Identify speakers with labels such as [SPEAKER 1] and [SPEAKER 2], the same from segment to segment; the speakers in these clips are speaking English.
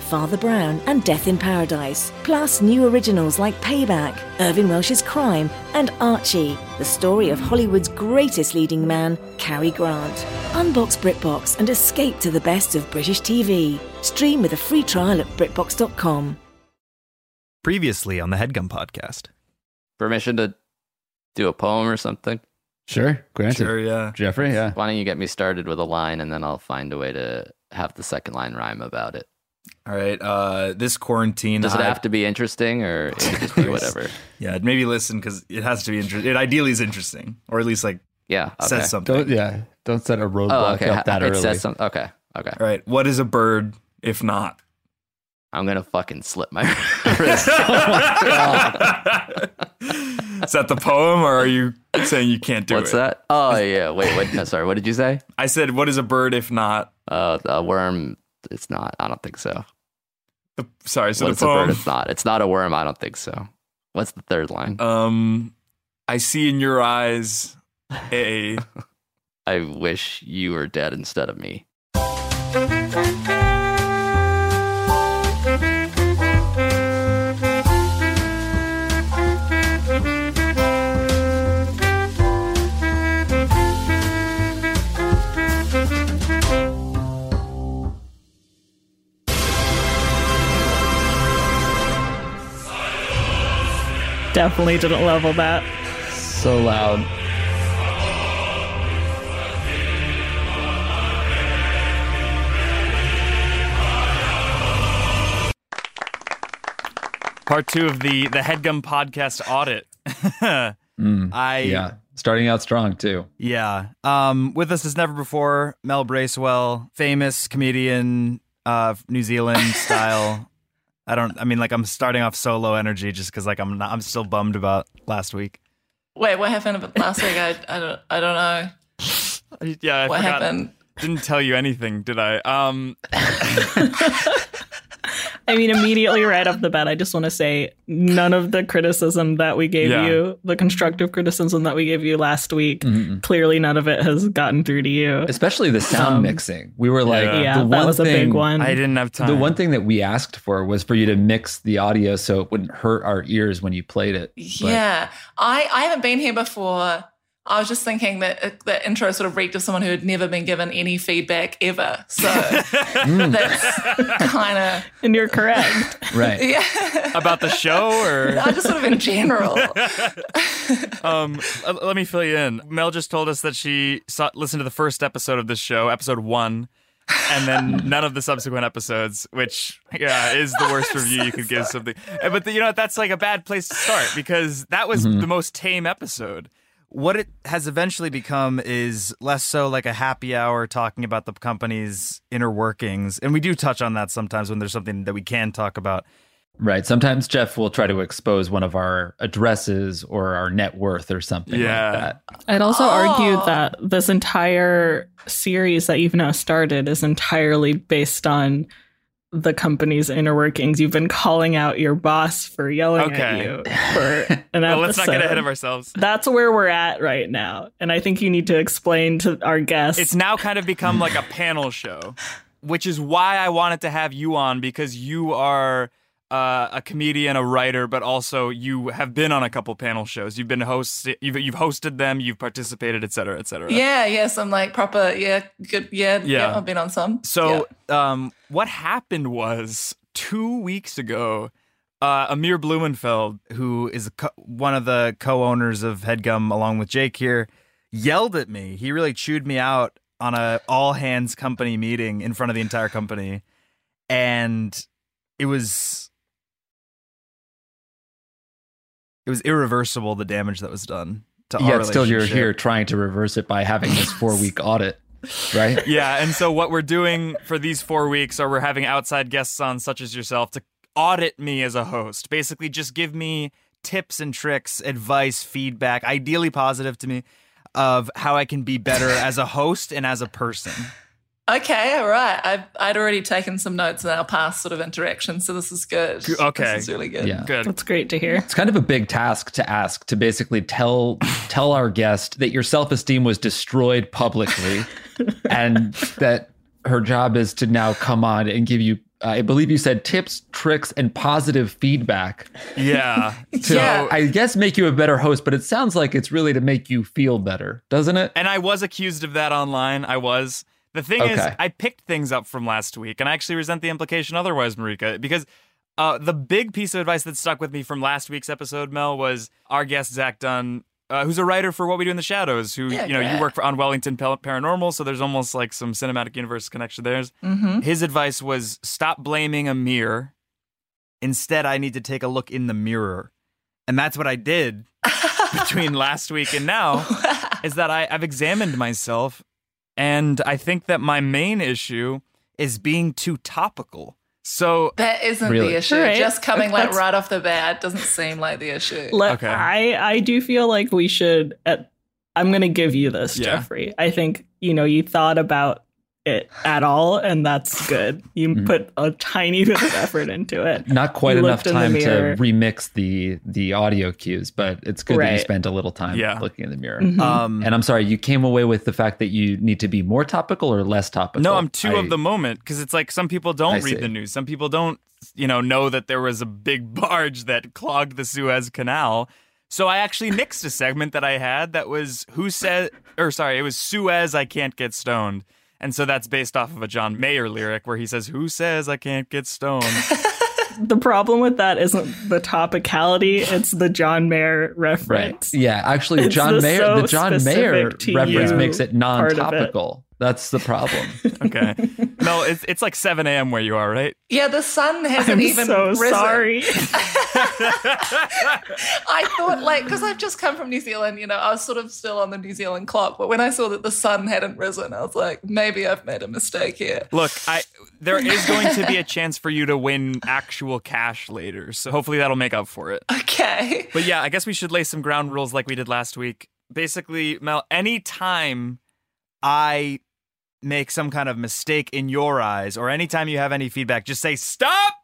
[SPEAKER 1] Father Brown, and Death in Paradise. Plus, new originals like Payback, Irving Welsh's Crime, and Archie, the story of Hollywood's greatest leading man, Cary Grant. Unbox BritBox and escape to the best of British TV. Stream with a free trial at BritBox.com.
[SPEAKER 2] Previously on the Headgum Podcast.
[SPEAKER 3] permission to do a poem or something?
[SPEAKER 4] Sure, granted.
[SPEAKER 2] yeah.
[SPEAKER 4] Jeffrey, yeah.
[SPEAKER 3] Why don't you get me started with a line and then I'll find a way to have the second line rhyme about it.
[SPEAKER 2] All right. Uh, this quarantine.
[SPEAKER 3] Does it
[SPEAKER 2] I-
[SPEAKER 3] have to be interesting or it could just be whatever?
[SPEAKER 2] Yeah, maybe listen because it has to be interesting. It ideally is interesting, or at least like
[SPEAKER 3] Yeah. Okay.
[SPEAKER 2] says something.
[SPEAKER 4] Don't yeah. Don't set a roadblock
[SPEAKER 3] Oh, okay.
[SPEAKER 4] up that
[SPEAKER 3] it
[SPEAKER 4] early.
[SPEAKER 3] says something. Okay. Okay.
[SPEAKER 2] All right. What is a bird if not?
[SPEAKER 3] I'm going to fucking slip my wrist.
[SPEAKER 2] is that the poem, or are you saying you can't do
[SPEAKER 3] What's
[SPEAKER 2] it?
[SPEAKER 3] that? Oh, yeah. Wait, wait. No, sorry. What did you say?
[SPEAKER 2] I said, "What is a bird if not?"
[SPEAKER 3] Uh, a worm. It's not. I don't think so.
[SPEAKER 2] The, sorry, so
[SPEAKER 3] What's
[SPEAKER 2] the
[SPEAKER 3] a bird?
[SPEAKER 2] poem.
[SPEAKER 3] It's not. It's not a worm. I don't think so. What's the third line?
[SPEAKER 5] Uh,
[SPEAKER 2] Um, I see in your eyes a.
[SPEAKER 3] I wish you were dead instead of me.
[SPEAKER 6] Definitely didn't level that.
[SPEAKER 4] so loud.
[SPEAKER 5] part two of the the headgum podcast audit
[SPEAKER 3] Hmm.
[SPEAKER 5] i yeah.
[SPEAKER 4] Yeah. Starting out strong too.
[SPEAKER 5] um with us as never before mel bracewell famous comedian uh new zealand style i don't i mean like i'm starting off so low energy just because like i'm not i'm still bummed about last week
[SPEAKER 7] Wait, what happened last week? I, I don't I don't know
[SPEAKER 5] Uh, yeah i
[SPEAKER 7] what happened.
[SPEAKER 5] didn't tell you anything did i um
[SPEAKER 6] I mean, immediately right off the bat, I just want to say none of the criticism that we gave
[SPEAKER 5] Yeah.
[SPEAKER 6] you, the constructive criticism that we gave you last week,
[SPEAKER 5] Mm-hmm.
[SPEAKER 6] clearly none of it has gotten through to you.
[SPEAKER 4] Especially the sound
[SPEAKER 6] Um,
[SPEAKER 4] mixing. We were like
[SPEAKER 5] Yeah.
[SPEAKER 6] yeah,
[SPEAKER 4] the
[SPEAKER 6] that
[SPEAKER 4] one
[SPEAKER 6] was a
[SPEAKER 4] thing,
[SPEAKER 6] big one.
[SPEAKER 5] i didn't have time
[SPEAKER 4] The one thing that we asked for was for you to mix the audio so it wouldn't hurt our ears when you played it. But
[SPEAKER 7] Yeah, I I haven't been here before. I was just thinking that it- that intro sort of reeked of someone who had never been given any feedback ever. So that's kind of
[SPEAKER 6] and you're correct.
[SPEAKER 4] Right.
[SPEAKER 7] yeah.
[SPEAKER 5] about the show or
[SPEAKER 7] I just sort of in general.
[SPEAKER 5] um, l- let me fill you in. Mel just told us that she saw, listened to the first episode of this show, episode one, and then none of the subsequent episodes, which yeah is the worst review you could give something. Uh, But you know what? that's like a bad place to start because that was the most tame episode. What it has eventually become is less so like a happy hour talking about the company's inner workings, and we do touch on that sometimes when there's something that we can talk about.
[SPEAKER 4] Right. Sometimes Jeff will try to expose one of our addresses or our net worth or something
[SPEAKER 5] Yeah.
[SPEAKER 4] like that.
[SPEAKER 6] I'd also argue
[SPEAKER 7] Oh.
[SPEAKER 6] that this entire series that you've now started is entirely based on the company's inner workings. You've been calling out your boss for yelling
[SPEAKER 5] Okay.
[SPEAKER 6] at you for an
[SPEAKER 5] Well, let's not get
[SPEAKER 6] episode.
[SPEAKER 5] ahead of ourselves.
[SPEAKER 6] That's where we're at right now. And I think you need to explain to our guests.
[SPEAKER 5] It's now kind of become like a panel show, which is why I wanted to have you on because you are uh, a comedian, a writer, but also you have been on a couple panel shows. You've been host, you've, you've hosted them, you've participated, et cetera, et cetera.
[SPEAKER 7] yeah, yeah, some like proper yeah, good yeah, yeah.
[SPEAKER 5] Yeah.
[SPEAKER 7] I've been on some.
[SPEAKER 5] So, um, what happened was two weeks ago, uh, Amir Blumenfeld, who is a co- one of the co-owners of Headgum, along with Jake here, yelled at me. He really chewed me out on a all hands company meeting in front of the entire company, and it was it was irreversible. The damage that was done to our
[SPEAKER 4] Yet still you're
[SPEAKER 5] relationship.
[SPEAKER 4] here trying to reverse it by having this four week audit. Right?
[SPEAKER 5] yeah, and so what we're doing for these four weeks are we're having outside guests on, such as yourself, to audit me as a host. Basically, just give me tips and tricks, advice, feedback, ideally positive to me, of how I can be better as a host and as a person.
[SPEAKER 7] Okay, all right. I've, I'd already taken some notes in our past sort of interactions, so this is good.
[SPEAKER 5] G- okay.
[SPEAKER 7] This is really good.
[SPEAKER 4] Yeah.
[SPEAKER 5] Good.
[SPEAKER 6] That's great to hear.
[SPEAKER 4] It's kind of a big task to ask to basically tell tell our guest that your self-esteem was destroyed publicly and that her job is to now come on and give you I believe you said tips, tricks, and positive feedback
[SPEAKER 5] Yeah.
[SPEAKER 4] to,
[SPEAKER 7] Yeah.
[SPEAKER 4] I guess, make you a better host. But it sounds like it's really to make you feel better, doesn't it?
[SPEAKER 5] And I was accused of that online. I was. The thing is,
[SPEAKER 4] Okay.
[SPEAKER 5] I picked things up from last week, and I actually resent the implication otherwise, Marika, because uh, the big piece of advice that stuck with me from last week's episode, Mel, was our guest, Zach Dunn. Uh, who's a writer for What We Do in the Shadows? Who
[SPEAKER 7] Yeah,
[SPEAKER 5] you know
[SPEAKER 7] yeah.
[SPEAKER 5] you work for on Wellington Pel- Paranormal, so there's almost like some cinematic universe connection there.
[SPEAKER 7] Mm-hmm.
[SPEAKER 5] His advice was stop blaming a mirror. Instead, I need to take a look in the mirror, and that's what I did between last week and now is that I, I've examined myself, and I think that my main issue is being too topical. So
[SPEAKER 7] that isn't
[SPEAKER 4] Really?
[SPEAKER 7] the issue.
[SPEAKER 6] Right.
[SPEAKER 7] Just coming like
[SPEAKER 6] That's-
[SPEAKER 7] right off the bat doesn't seem like the issue.
[SPEAKER 6] Let,
[SPEAKER 5] Okay.
[SPEAKER 6] I I do feel like we should. At, I'm going to give you this,
[SPEAKER 5] Yeah.
[SPEAKER 6] Jeffrey. I think you know you thought about it at all, and that's good. You
[SPEAKER 5] Mm-hmm.
[SPEAKER 4] Mhm.
[SPEAKER 6] put a tiny bit of effort into it.
[SPEAKER 4] Not quite
[SPEAKER 6] You
[SPEAKER 4] enough
[SPEAKER 6] looked in the
[SPEAKER 4] time to
[SPEAKER 6] mirror.
[SPEAKER 4] remix the the audio cues, but it's good that you
[SPEAKER 6] Right.
[SPEAKER 4] spent a little time
[SPEAKER 5] Yeah.
[SPEAKER 4] looking in the mirror.
[SPEAKER 6] Mhm.
[SPEAKER 5] um,
[SPEAKER 4] And I'm sorry, you came away with the fact that you need to be more topical or less topical.
[SPEAKER 5] No, I'm two
[SPEAKER 4] Oh, I-
[SPEAKER 5] of the moment because it's like some people don't
[SPEAKER 4] I
[SPEAKER 5] read
[SPEAKER 4] see.
[SPEAKER 5] the news. Some people don't, you know, know that there was a big barge that clogged the Suez Canal. So I actually nixed a segment that I had that was who said, or sorry, it was Suez I can't get stoned. And so that's based off of a John Mayer lyric where he says, "Who says I can't get stoned?"
[SPEAKER 6] the problem with that isn't the topicality; it's the John Mayer
[SPEAKER 4] Right.
[SPEAKER 6] reference.
[SPEAKER 4] Yeah. Actually,
[SPEAKER 6] It's
[SPEAKER 4] John
[SPEAKER 6] the
[SPEAKER 4] Mayer,
[SPEAKER 6] so
[SPEAKER 4] the John Mayer
[SPEAKER 6] specific to
[SPEAKER 4] reference
[SPEAKER 5] you
[SPEAKER 4] makes it
[SPEAKER 6] part of it.
[SPEAKER 4] non-topical. That's the problem.
[SPEAKER 5] Okay, no, it's it's like 7 a.m. where you are, right?
[SPEAKER 7] Yeah, the sun hasn't
[SPEAKER 6] I'm
[SPEAKER 7] even
[SPEAKER 6] so
[SPEAKER 7] risen.
[SPEAKER 6] sorry.
[SPEAKER 7] I thought, like, because I've just come from New Zealand, you know, I was sort of still on the New Zealand clock. But when I saw that the sun hadn't risen, I was like, maybe I've made a mistake here.
[SPEAKER 5] Look, I there is going to be a chance for you to win actual cash later, so hopefully that'll make up for it.
[SPEAKER 7] Okay.
[SPEAKER 5] But yeah, I guess we should lay some ground rules like we did last week. Basically, Mel, any time I make some kind of mistake in your eyes, or anytime you have any feedback, just say stop.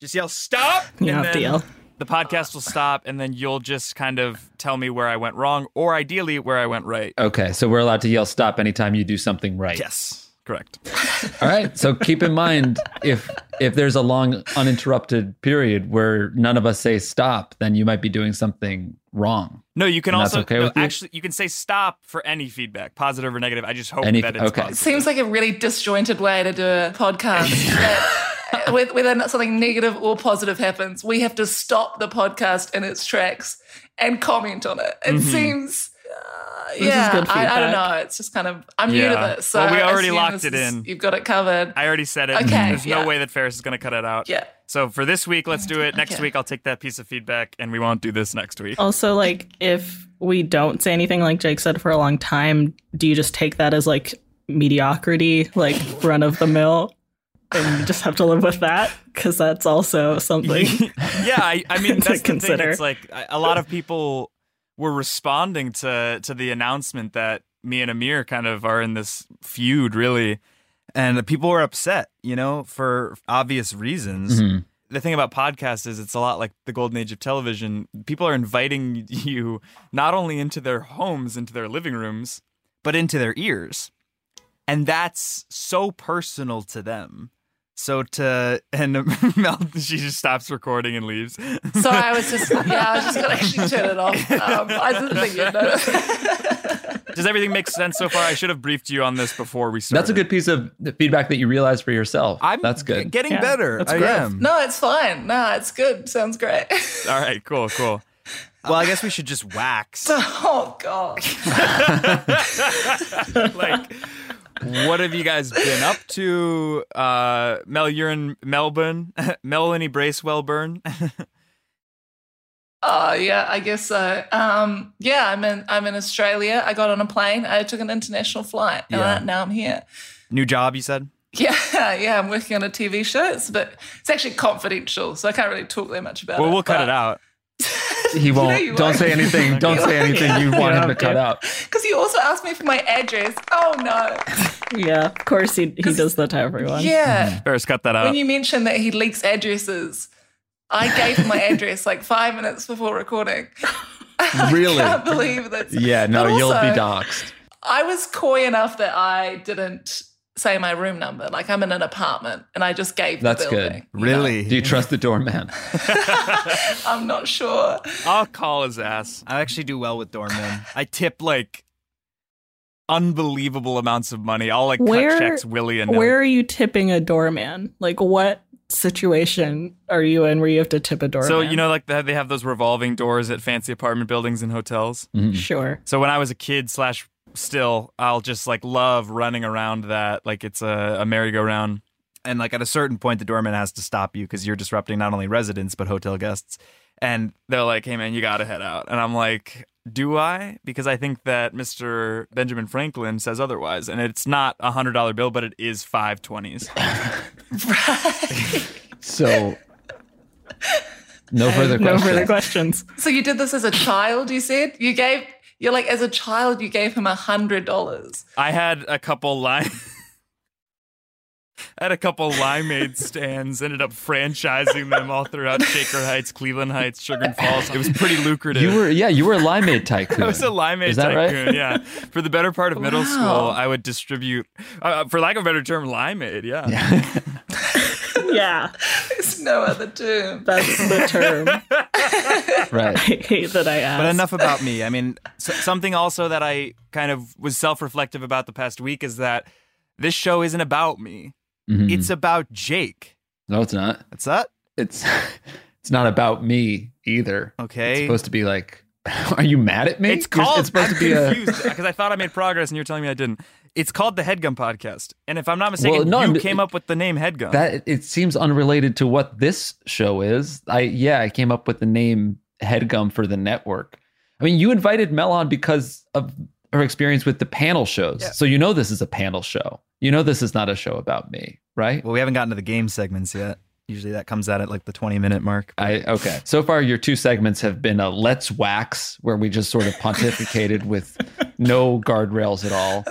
[SPEAKER 5] Just yell stop. and
[SPEAKER 6] You don't have to
[SPEAKER 5] then
[SPEAKER 6] yell.
[SPEAKER 5] The podcast will stop, and then you'll just kind of tell me where I went wrong, or ideally where I went right.
[SPEAKER 4] Okay, so we're allowed to yell stop anytime you do something right.
[SPEAKER 5] Yes, correct.
[SPEAKER 4] All right. So keep in mind if if there's a long uninterrupted period where none of us say stop, then you might be doing something wrong.
[SPEAKER 5] No, you can
[SPEAKER 4] And that's
[SPEAKER 5] also
[SPEAKER 4] okay
[SPEAKER 5] no,
[SPEAKER 4] with you?
[SPEAKER 5] actually you can say stop for any feedback, positive or negative. I just hope
[SPEAKER 4] Any-
[SPEAKER 5] that it's
[SPEAKER 4] okay.
[SPEAKER 7] It
[SPEAKER 5] positive.
[SPEAKER 7] seems like a really disjointed way to do a podcast. that whe- whether not something negative or positive happens, we have to stop the podcast in its tracks and comment on it.
[SPEAKER 5] Mm-hmm.
[SPEAKER 7] It seems. uh,
[SPEAKER 6] is
[SPEAKER 7] yeah,
[SPEAKER 6] good
[SPEAKER 7] I, I don't
[SPEAKER 6] feedback.
[SPEAKER 7] know. It's just kind of I'm new
[SPEAKER 5] Yeah.
[SPEAKER 7] to this. So
[SPEAKER 5] Well, we
[SPEAKER 7] I
[SPEAKER 5] already
[SPEAKER 7] assume
[SPEAKER 5] locked
[SPEAKER 7] this
[SPEAKER 5] it
[SPEAKER 7] is-
[SPEAKER 5] in.
[SPEAKER 7] You've got it covered.
[SPEAKER 5] I already said it.
[SPEAKER 7] Okay,
[SPEAKER 5] There's no
[SPEAKER 7] yeah.
[SPEAKER 5] way that Ferris is going to cut it out.
[SPEAKER 7] yeah.
[SPEAKER 5] So for this week, let's do it. Next
[SPEAKER 7] Okay.
[SPEAKER 5] week, I'll take that piece of feedback, and we won't do this next week.
[SPEAKER 6] Also, like, if we don't say anything, like Jake said, for a long time, do you just take that as like mediocrity, like run of the mill, and you just have to live with that? Because that's also something.
[SPEAKER 5] yeah, I, I mean
[SPEAKER 6] To
[SPEAKER 5] that's the thing.
[SPEAKER 6] consider.
[SPEAKER 5] It's like I- a lot of people were responding to to the announcement that me and Amir kind of are in this feud, really, and the people were upset, you know, for obvious reasons.
[SPEAKER 4] Mhm.
[SPEAKER 5] the thing about podcasts is it's a lot like the golden age of television. People are inviting you not only into their homes, into their living rooms, but into their ears. And that's so personal to them. So to and Mel, she just stops recording and leaves.
[SPEAKER 7] So I was just yeah, I was just gonna actually turn it off. Um, I didn't think you'd know.
[SPEAKER 5] Does everything make sense so far? I should have briefed you on this before we started.
[SPEAKER 4] That's a good piece of feedback that you realize for yourself.
[SPEAKER 5] I'm
[SPEAKER 4] That's
[SPEAKER 5] g-
[SPEAKER 4] good.
[SPEAKER 5] Getting
[SPEAKER 6] Yeah,
[SPEAKER 5] better.
[SPEAKER 6] that's
[SPEAKER 5] I
[SPEAKER 6] great.
[SPEAKER 5] am.
[SPEAKER 7] no, it's fine. No, it's good. Sounds great.
[SPEAKER 5] All right. Cool. Cool. Well, I guess we should just wax.
[SPEAKER 7] oh god.
[SPEAKER 5] like what have you guys been up to uh mel you're in melbourne melanie bracewell burn
[SPEAKER 7] Oh yeah, I guess so. Um, yeah, I'm in I'm in Australia. I got on a plane. I took an international flight, and
[SPEAKER 5] Yeah.
[SPEAKER 7] I- now I'm here.
[SPEAKER 5] new job you said
[SPEAKER 7] Yeah, yeah, I'm working on a TV show. It's but it's actually confidential, so I can't really talk that much about it.
[SPEAKER 6] Uh,
[SPEAKER 5] well we'll cut
[SPEAKER 7] but-
[SPEAKER 5] it out
[SPEAKER 4] He won't.
[SPEAKER 7] you
[SPEAKER 4] don't
[SPEAKER 7] won't.
[SPEAKER 4] say anything. Don't say anything you want him to cut out.
[SPEAKER 7] Because you also asked me for my address. Oh no.
[SPEAKER 6] Yeah, of course he, he does that to everyone.
[SPEAKER 7] Yeah.
[SPEAKER 4] Mm-hmm.
[SPEAKER 5] Ferris, cut that out.
[SPEAKER 7] When you mentioned that he leaks addresses, I gave my address like five minutes before recording.
[SPEAKER 4] Really?
[SPEAKER 7] I can't believe that.
[SPEAKER 4] Yeah, no,
[SPEAKER 7] But
[SPEAKER 4] you'll be
[SPEAKER 7] also-
[SPEAKER 4] doxxed.
[SPEAKER 7] I was coy enough that I didn't say my room number. Like I'm in an apartment and I just gave
[SPEAKER 4] That's
[SPEAKER 7] the
[SPEAKER 4] good.
[SPEAKER 7] building. you know?
[SPEAKER 2] Really?
[SPEAKER 4] Do you trust the doorman?
[SPEAKER 7] I'm not sure.
[SPEAKER 5] I'll call his ass.
[SPEAKER 2] I actually do well with doormen.
[SPEAKER 5] I tip like unbelievable amounts of money. I'll like
[SPEAKER 6] Where-
[SPEAKER 5] cut checks willy and
[SPEAKER 6] Where are you tipping a doorman? Like, what situation are you in where you have to tip a doorman?
[SPEAKER 5] So you know, like they have- they have those revolving doors at fancy apartment buildings and hotels.
[SPEAKER 6] Mm-hmm. sure.
[SPEAKER 5] So when I was a kid slash still, I'll just like love running around that like it's a, a merry-go-round.
[SPEAKER 2] and like at a certain point, the doorman has to stop you because you're disrupting not only residents but hotel guests.
[SPEAKER 5] And they're like, "Hey man, you gotta head out," and I'm like. Do I? Because I think that Mr. Benjamin Franklin says otherwise, and it's not a hundred dollar bill, but it is five twenties.
[SPEAKER 4] So, no further
[SPEAKER 6] No
[SPEAKER 4] questions.
[SPEAKER 6] further questions.
[SPEAKER 7] So you did this as a child, you said? You gave you're like as a child you gave him a hundred dollars.
[SPEAKER 5] I had a couple lime. I had a couple limeade stands. Ended up franchising them all throughout Shaker Heights, Cleveland Heights, Sugar and Falls. It was pretty lucrative.
[SPEAKER 4] You were, yeah, you were a limeade tycoon.
[SPEAKER 5] I was a limeade
[SPEAKER 4] Is that right?
[SPEAKER 5] tycoon. Yeah, for the better part of middle
[SPEAKER 7] Wow.
[SPEAKER 5] school, I would distribute, uh, for lack of a better term, limeade. Yeah.
[SPEAKER 6] Yeah,
[SPEAKER 7] There's no other term.
[SPEAKER 6] that's the term.
[SPEAKER 4] Right.
[SPEAKER 6] I hate that I asked.
[SPEAKER 2] But enough about me.
[SPEAKER 5] me. I mean, so, something also that I kind of was self-reflective about the past week is that this show isn't about me.
[SPEAKER 4] Mhm.
[SPEAKER 5] It's about Jake.
[SPEAKER 4] no, it's not.
[SPEAKER 2] What's that?
[SPEAKER 4] It's it's not about me either.
[SPEAKER 2] Okay.
[SPEAKER 4] It's supposed to be like, are you mad at me?
[SPEAKER 5] It's
[SPEAKER 4] You're-
[SPEAKER 5] called.
[SPEAKER 4] It's supposed
[SPEAKER 5] I'm
[SPEAKER 4] to be a.
[SPEAKER 5] confused because I thought I made progress, and you're telling me I didn't. It's called the Headgum Podcast, and if I'm not mistaken,
[SPEAKER 4] Well, no,
[SPEAKER 5] you
[SPEAKER 4] I'm-
[SPEAKER 5] came up with the name Headgum.
[SPEAKER 4] That it seems unrelated to what this show is. I yeah, I came up with the name Headgum for the network. I mean, you invited Mel on because of her experience with the panel shows. So you know this is a panel show. You know this is not a show about me, right?
[SPEAKER 2] Well, we haven't gotten to the game segments yet. Usually that comes out at like the 20 minute mark.
[SPEAKER 4] I okay. So far, your two segments have been a let's wax, where we just sort of pontificated with no guardrails at all,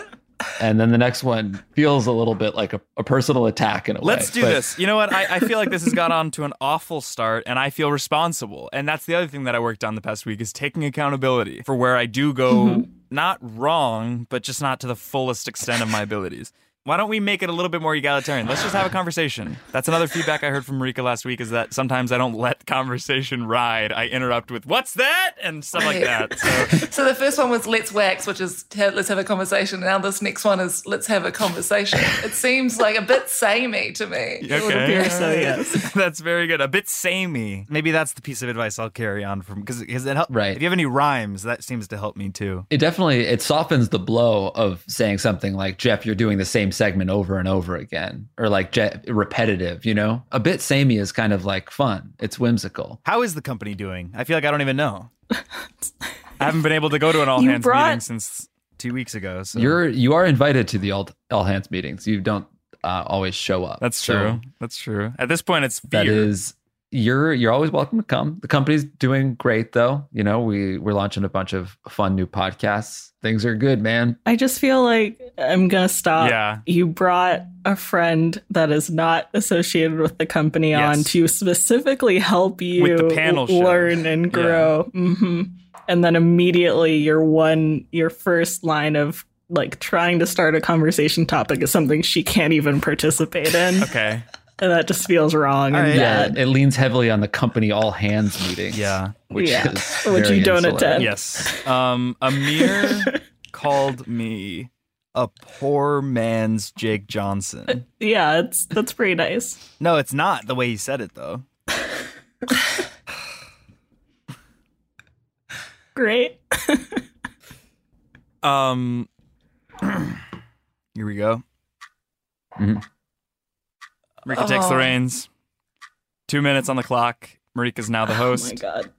[SPEAKER 4] and then the next one feels a little bit like a, a personal attack in a way.
[SPEAKER 5] Let's do
[SPEAKER 4] But
[SPEAKER 5] this. You know what? I, I feel like this has got on to an awful start, and I feel responsible. And that's the other thing that I worked on the past week is taking accountability for where I do go not wrong, but just not to the fullest extent of my abilities. Why don't we make it a little bit more egalitarian? Let's just have a conversation. That's another feedback I heard from Marika last week is that sometimes I don't let conversation ride. I interrupt with "What's that?" and stuff like that. So
[SPEAKER 7] So the first one was let's wax, which is ha- let's have a conversation. Now this next one is let's have a conversation. It seems like a bit samey to me.
[SPEAKER 5] okay,
[SPEAKER 6] appear so, yes.
[SPEAKER 5] that's very good. A bit samey.
[SPEAKER 2] Maybe that's the piece of advice I'll carry on from because because it help,
[SPEAKER 4] Right.
[SPEAKER 2] If you have any rhymes, that seems to help me too.
[SPEAKER 4] It definitely it softens the blow of saying something like Jeff, you're doing the same segment over and over again, or like Jeff, repetitive. You know, a bit samey is kind of like fun. It's whimsical.
[SPEAKER 2] How is the company doing? I feel like I don't even know.
[SPEAKER 5] I haven't been able to go to an all hands
[SPEAKER 6] brought-
[SPEAKER 5] meeting since
[SPEAKER 2] Two weeks ago, so
[SPEAKER 4] You're you are invited to the all, all hands meetings. You don't uh, always show up.
[SPEAKER 5] That's
[SPEAKER 4] So-
[SPEAKER 5] true. That's true. At this point, it's fear.
[SPEAKER 4] That is, you're you're always welcome to come. The company's doing great though. You know, we we're launching a bunch of fun new podcasts. Things are good, man.
[SPEAKER 6] I just feel like I'm gonna stop.
[SPEAKER 5] Yeah.
[SPEAKER 6] You brought a friend that is not associated with the company on
[SPEAKER 5] Yes.
[SPEAKER 6] to specifically help you
[SPEAKER 5] With the panel show.
[SPEAKER 6] learn
[SPEAKER 5] Yeah.
[SPEAKER 6] and grow. hmm And then immediately your one your first line of like trying to start a conversation topic is something she can't even participate in.
[SPEAKER 5] okay.
[SPEAKER 6] And that just feels wrong and
[SPEAKER 4] Yeah,
[SPEAKER 6] bad.
[SPEAKER 4] it leans heavily on the company all hands meetings.
[SPEAKER 2] yeah.
[SPEAKER 4] which
[SPEAKER 6] Yeah.
[SPEAKER 4] is
[SPEAKER 6] Which
[SPEAKER 4] very
[SPEAKER 6] you don't
[SPEAKER 4] insular.
[SPEAKER 6] attend.
[SPEAKER 5] Yes. Um, Amir called me.
[SPEAKER 2] A poor man's Jake Johnson.
[SPEAKER 6] Yeah, it's that's pretty nice.
[SPEAKER 2] No, it's not the way he said it though.
[SPEAKER 6] Great.
[SPEAKER 5] Um,
[SPEAKER 2] Here we go.
[SPEAKER 4] Mm-hmm.
[SPEAKER 5] Marika takes
[SPEAKER 6] Oh.
[SPEAKER 5] the reins. Two minutes on the clock. Marika's now the
[SPEAKER 6] Oh my
[SPEAKER 5] host.
[SPEAKER 6] god.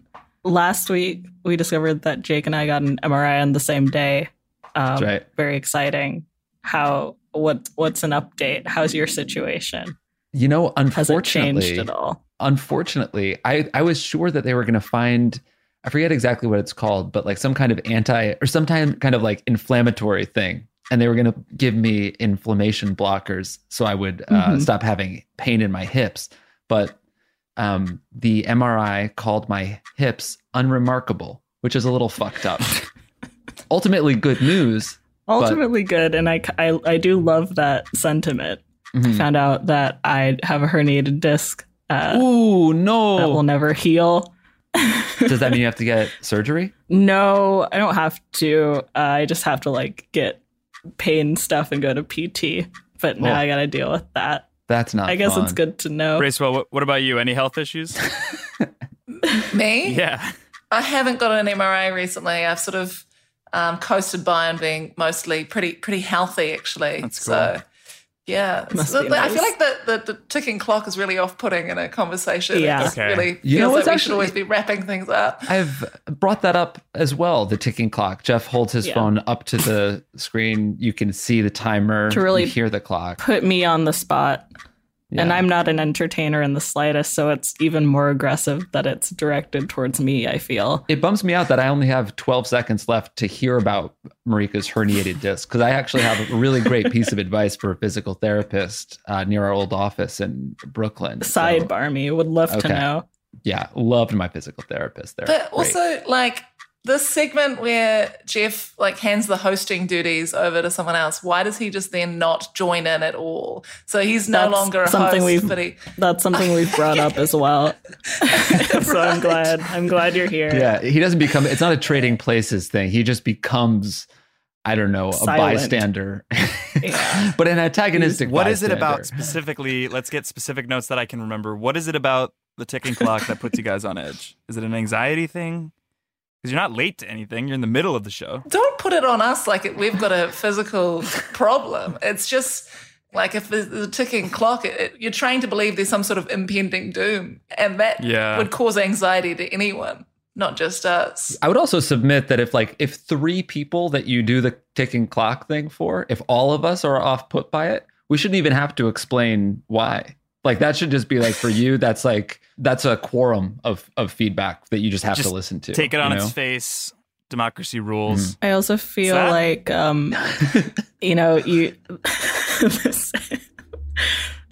[SPEAKER 6] Last week we discovered that Jake and I got an MRI on the same day. Um,
[SPEAKER 4] That's right.
[SPEAKER 6] Very exciting. How what what's an update? How's your situation?
[SPEAKER 4] You know,
[SPEAKER 6] Has it
[SPEAKER 4] unfortunately,
[SPEAKER 6] changed at all?
[SPEAKER 4] unfortunately, I I was sure that they were going to find I forget exactly what it's called, but like some kind of anti or some kind kind of like inflammatory thing. And they were going to give me inflammation blockers so I would uh,
[SPEAKER 6] Mhm.
[SPEAKER 4] stop having pain in my hips. But um, the MRI called my hips unremarkable, which is a little fucked up. Ultimately, good news.
[SPEAKER 6] Ultimately good, and I, c- I- I do love that sentiment. I
[SPEAKER 4] Mhm.
[SPEAKER 6] found out that I have a herniated disc uh,
[SPEAKER 4] Ooh,
[SPEAKER 6] that will
[SPEAKER 4] no.
[SPEAKER 6] never heal.
[SPEAKER 4] Does that mean you have to get surgery?
[SPEAKER 6] No, I don't have to. Uh, I just have to like get pain stuff and go to PT. But now
[SPEAKER 4] Oh.
[SPEAKER 6] I got to deal with that.
[SPEAKER 4] That's not
[SPEAKER 6] I guess it's
[SPEAKER 4] fun.
[SPEAKER 6] good to know.
[SPEAKER 5] Bracewell, what, what about you? Any health issues?
[SPEAKER 7] Me?
[SPEAKER 5] yeah.
[SPEAKER 7] I haven't got an MRA recently. I've sort of um, coasted by and being mostly pretty pretty healthy actually.
[SPEAKER 5] That's
[SPEAKER 7] So yeah, It's-
[SPEAKER 6] Must be
[SPEAKER 7] I
[SPEAKER 6] nice.
[SPEAKER 7] feel like the, the, the ticking clock is really off-putting in a conversation.
[SPEAKER 6] Yeah.
[SPEAKER 7] It just
[SPEAKER 5] Okay.
[SPEAKER 7] really
[SPEAKER 4] You know
[SPEAKER 7] feels
[SPEAKER 4] what's
[SPEAKER 7] like we should
[SPEAKER 4] actually-
[SPEAKER 7] always be wrapping things up.
[SPEAKER 4] I've brought that up as well. The ticking clock. Jeff holds his
[SPEAKER 6] Yeah.
[SPEAKER 4] phone up to the screen. You can see the timer.
[SPEAKER 6] To really
[SPEAKER 4] you hear the clock.
[SPEAKER 6] Put me on the spot. And
[SPEAKER 4] Yeah.
[SPEAKER 6] I'm not an entertainer in the slightest, so it's even more aggressive that it's directed towards me, I feel.
[SPEAKER 4] It bums me out that I only have 12 seconds left to hear about Marika's herniated disc because I actually have a really great piece of advice for a physical therapist uh, near our old office in Brooklyn. So,
[SPEAKER 6] Sidebar me, would love
[SPEAKER 4] Okay.
[SPEAKER 6] to know.
[SPEAKER 4] yeah, loved my physical therapist there.
[SPEAKER 7] But
[SPEAKER 4] Great.
[SPEAKER 7] also like this segment where Jeff like hands the hosting duties over to someone else. Why does he just then not join in at all? So he's no
[SPEAKER 6] That's
[SPEAKER 7] longer a
[SPEAKER 6] something
[SPEAKER 7] host,
[SPEAKER 6] we've-
[SPEAKER 7] but he
[SPEAKER 6] That's something we've brought up as well. so I'm glad. I'm glad you're here.
[SPEAKER 4] yeah, he doesn't become. It's not a trading places thing. He just becomes. I don't know, a
[SPEAKER 6] Silent.
[SPEAKER 4] bystander, but an antagonistic.
[SPEAKER 5] What is it about
[SPEAKER 4] bystander.
[SPEAKER 5] specifically? Let's get specific notes that I can remember. What is it about the ticking clock that puts you guys on edge? Is it an anxiety thing? Because you're not late to anything. You're in the middle of the show.
[SPEAKER 7] don't put it on us like it, we've got a physical problem. It's just like if there's a ticking clock, it, it- you're trying to believe there's some sort of impending doom, and that
[SPEAKER 5] Yeah.
[SPEAKER 7] would cause anxiety to anyone, not just us.
[SPEAKER 4] I would also submit that if like if three people that you do the ticking clock thing for, if all of us are off put by it, we shouldn't even have to explain why. Like that should just be like for you, that's like that's a quorum of of feedback that you just have
[SPEAKER 5] Just
[SPEAKER 4] to listen to.
[SPEAKER 5] Take it on
[SPEAKER 4] you know? Mm-hmm.
[SPEAKER 5] its face. Democracy rules.
[SPEAKER 6] I also feel
[SPEAKER 5] that-
[SPEAKER 6] like um you know, you this,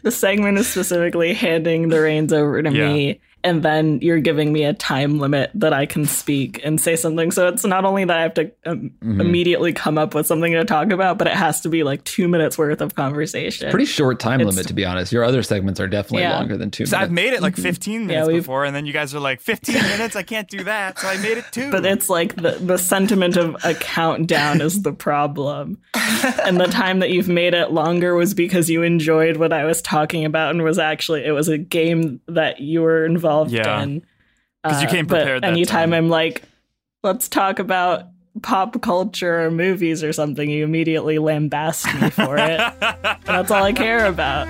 [SPEAKER 6] the segment is specifically handing the reins over to
[SPEAKER 5] Yeah.
[SPEAKER 6] me and then you're giving me a time limit that I can speak and say something. So it's not only that I have to um,
[SPEAKER 4] Mhm.
[SPEAKER 6] immediately come up with something to talk about, but it has to be like 2 minutes worth of conversation.
[SPEAKER 4] Pretty short time
[SPEAKER 6] It's-
[SPEAKER 4] limit to be honest. Your other segments are definitely
[SPEAKER 6] Yeah.
[SPEAKER 4] longer than two
[SPEAKER 5] So
[SPEAKER 4] minutes.
[SPEAKER 5] I've made it like 15 minutes
[SPEAKER 6] Mm-hmm. we've-
[SPEAKER 5] before, and then you guys are like, 15 minutes? I can't do that. So I made it too.
[SPEAKER 6] but it's like the, the sentiment of a countdown is the problem. And the time that you've made it longer was because you enjoyed what I was talking about and was actually it was a game that you were involved
[SPEAKER 5] Yeah.
[SPEAKER 6] in.
[SPEAKER 5] 'Cause you came
[SPEAKER 6] uh, but
[SPEAKER 5] prepared that
[SPEAKER 6] anytime
[SPEAKER 5] time.
[SPEAKER 6] I'm like, let's talk about pop culture or movies or something, you immediately lambast me for it. And That's all I care about.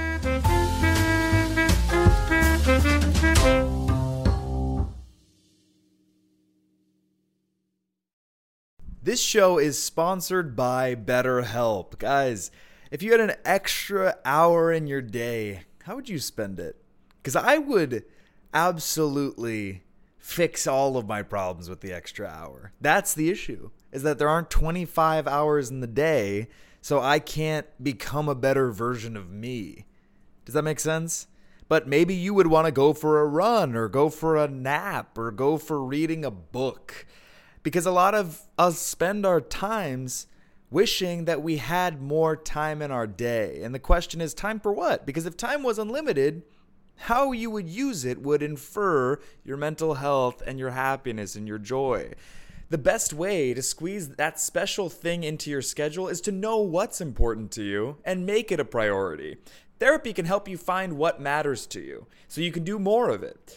[SPEAKER 8] This show is sponsored by BetterHelp. Guys, if you had an extra hour in your day, how would you spend it? Because I would absolutely fix all of my problems with the extra hour. That's the issue, is that there aren't 25 hours in the day, so I can't become a better version of me. Does that make sense? But maybe you would want to go for a run or go for a nap or go for reading a book. Because a lot of us spend our times wishing that we had more time in our day. And the question is time for what? Because if time was unlimited, how you would use it would infer your mental health and your happiness and your joy. The best way to squeeze that special thing into your schedule is to know what's important to you and make it a priority. Therapy can help you find what matters to you so you can do more of it.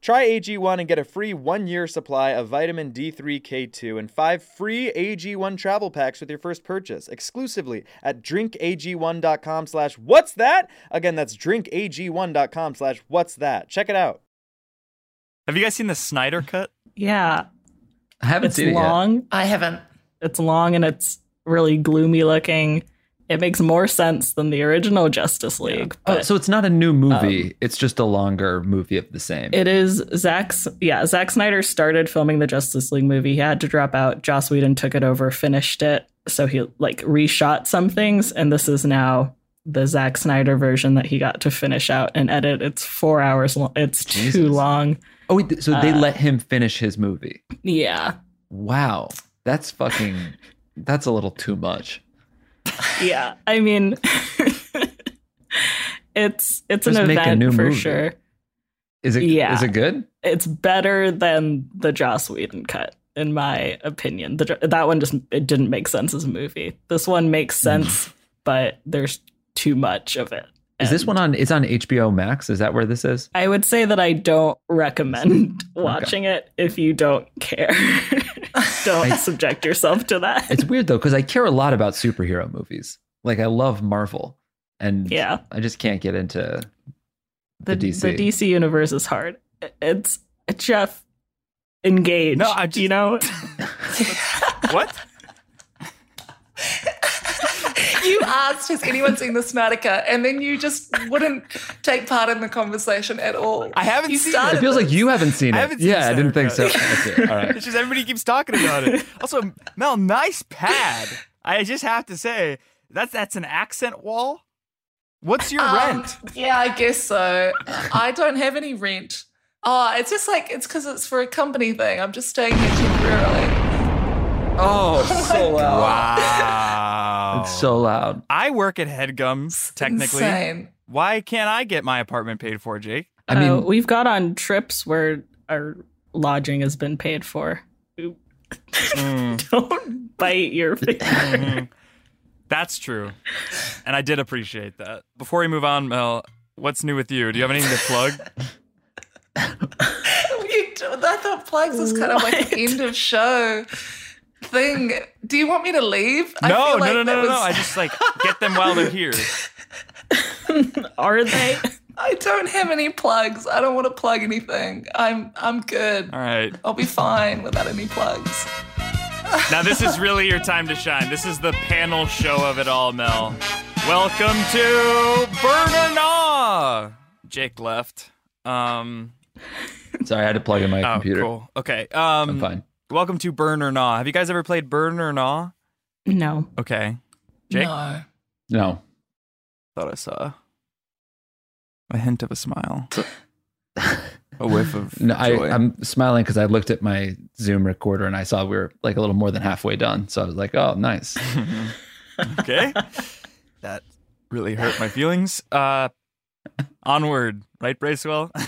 [SPEAKER 9] Try AG1 and get a free one year supply of vitamin D3K2 and five free AG1 travel packs with your first purchase exclusively at drinkag1.com slash what's that? Again, that's drinkag1.com slash what's that. Check it out.
[SPEAKER 5] Have you guys seen the Snyder cut?
[SPEAKER 6] Yeah,
[SPEAKER 4] I haven't
[SPEAKER 6] it's
[SPEAKER 4] seen it
[SPEAKER 6] long.
[SPEAKER 7] I haven't.
[SPEAKER 6] It's long and it's really gloomy looking. It makes more sense than the original Justice League.
[SPEAKER 4] yet.
[SPEAKER 6] But um,
[SPEAKER 4] Oh, so it's not a new movie. it's just a longer movie of the same.
[SPEAKER 6] It is Zack's. Yeah, Zack Snyder started filming the Justice League movie. He had to drop out. Joss Whedon took it over, finished it. So he like reshot some things, and this is now the Zack Snyder version that he got to finish out and edit. It's four hours long. It's too
[SPEAKER 4] Jesus.
[SPEAKER 6] long.
[SPEAKER 4] oh, wait, so they
[SPEAKER 6] uh,
[SPEAKER 4] let him finish his movie.
[SPEAKER 6] Yeah,
[SPEAKER 4] Wow, that's fucking. that's a little too much.
[SPEAKER 6] yeah. I mean, it's it's
[SPEAKER 4] Just
[SPEAKER 6] an
[SPEAKER 4] make a
[SPEAKER 6] event
[SPEAKER 4] new
[SPEAKER 6] for
[SPEAKER 4] movie.
[SPEAKER 6] sure.
[SPEAKER 4] Is it?
[SPEAKER 6] Yeah.
[SPEAKER 4] Is it good?
[SPEAKER 6] It's better than the Joss Whedon cut. In my opinion, the, Jo- that one just it didn't make sense as a movie. This one makes
[SPEAKER 5] Mm.
[SPEAKER 6] sense, but there's too much of it.
[SPEAKER 4] Is this
[SPEAKER 6] And
[SPEAKER 4] one on? It's on HBO Max. Is that where this is?
[SPEAKER 6] I would say that I don't recommend watching it if you don't care. don't subject yourself to that.
[SPEAKER 4] It's weird though, because I care a lot about superhero movies. Like I love Marvel, and
[SPEAKER 6] Yeah.
[SPEAKER 4] I just can't get into the, DC.
[SPEAKER 6] the DC universe is hard. It's Jeff engaged.
[SPEAKER 5] No, I just-
[SPEAKER 6] you know
[SPEAKER 5] What?
[SPEAKER 7] You asked, has anyone seen the Smartica? And then you just wouldn't take part in the conversation at all.
[SPEAKER 5] I haven't
[SPEAKER 7] you
[SPEAKER 5] seen
[SPEAKER 7] started
[SPEAKER 4] It feels like you haven't seen it.
[SPEAKER 5] I haven't seen
[SPEAKER 4] yeah, I didn't think so.
[SPEAKER 5] Snyder
[SPEAKER 4] That's it. All
[SPEAKER 5] It's
[SPEAKER 4] right.
[SPEAKER 5] just everybody keeps talking about it. Also, Mel, nice pad. I just have to say that's that's an accent wall. What's your
[SPEAKER 7] Um,
[SPEAKER 5] rent?
[SPEAKER 7] Yeah, I guess so. I don't have any rent. Oh, it's just like it's because it's for a company thing. I'm just staying here temporarily.
[SPEAKER 8] Oh, so loud.
[SPEAKER 5] Wow.
[SPEAKER 4] It's so loud.
[SPEAKER 5] I work at HeadGum technically.
[SPEAKER 7] Insane.
[SPEAKER 5] Why can't I get my apartment paid for, Jake?
[SPEAKER 4] I mean,
[SPEAKER 6] Uh, we've got on trips where our lodging has been paid for.
[SPEAKER 4] Hmm.
[SPEAKER 6] Don't bite your finger.
[SPEAKER 5] That's true. And I did appreciate that. Before we move on, Mel, what's new with you? Do you have anything to plug?
[SPEAKER 7] You do, I thought plugs was kind of like an end of show thing. Do you want me to leave? I
[SPEAKER 5] no,
[SPEAKER 7] feel like
[SPEAKER 5] no, no,
[SPEAKER 7] that
[SPEAKER 5] no, no,
[SPEAKER 7] was-
[SPEAKER 5] no. I just like get them while they're here.
[SPEAKER 6] Are they?
[SPEAKER 7] I don't have any plugs. I don't want to plug anything. I'm I'm good.
[SPEAKER 5] All right.
[SPEAKER 7] I'll be fine without any plugs.
[SPEAKER 5] Now this is really your time to shine. This is the panel show of it all, Mel. Welcome to Burn Jake left. Um
[SPEAKER 4] sorry, I had to plug in my
[SPEAKER 5] oh,
[SPEAKER 4] computer.
[SPEAKER 5] cool. Okay. Um
[SPEAKER 4] I'm fine.
[SPEAKER 5] Welcome to Burn or Gnaw. Have you guys ever played Burn or Gnaw?
[SPEAKER 6] No.
[SPEAKER 5] Okay. Jake?
[SPEAKER 7] No.
[SPEAKER 4] No.
[SPEAKER 5] Thought I saw a hint of a smile. a whiff of
[SPEAKER 4] No, I,
[SPEAKER 5] joy.
[SPEAKER 4] I'm smiling because I looked at my Zoom recorder and I saw we were like a little more than halfway done. So I was like, oh, nice.
[SPEAKER 5] okay. that really hurt my feelings. Uh onward, right, Bracewell?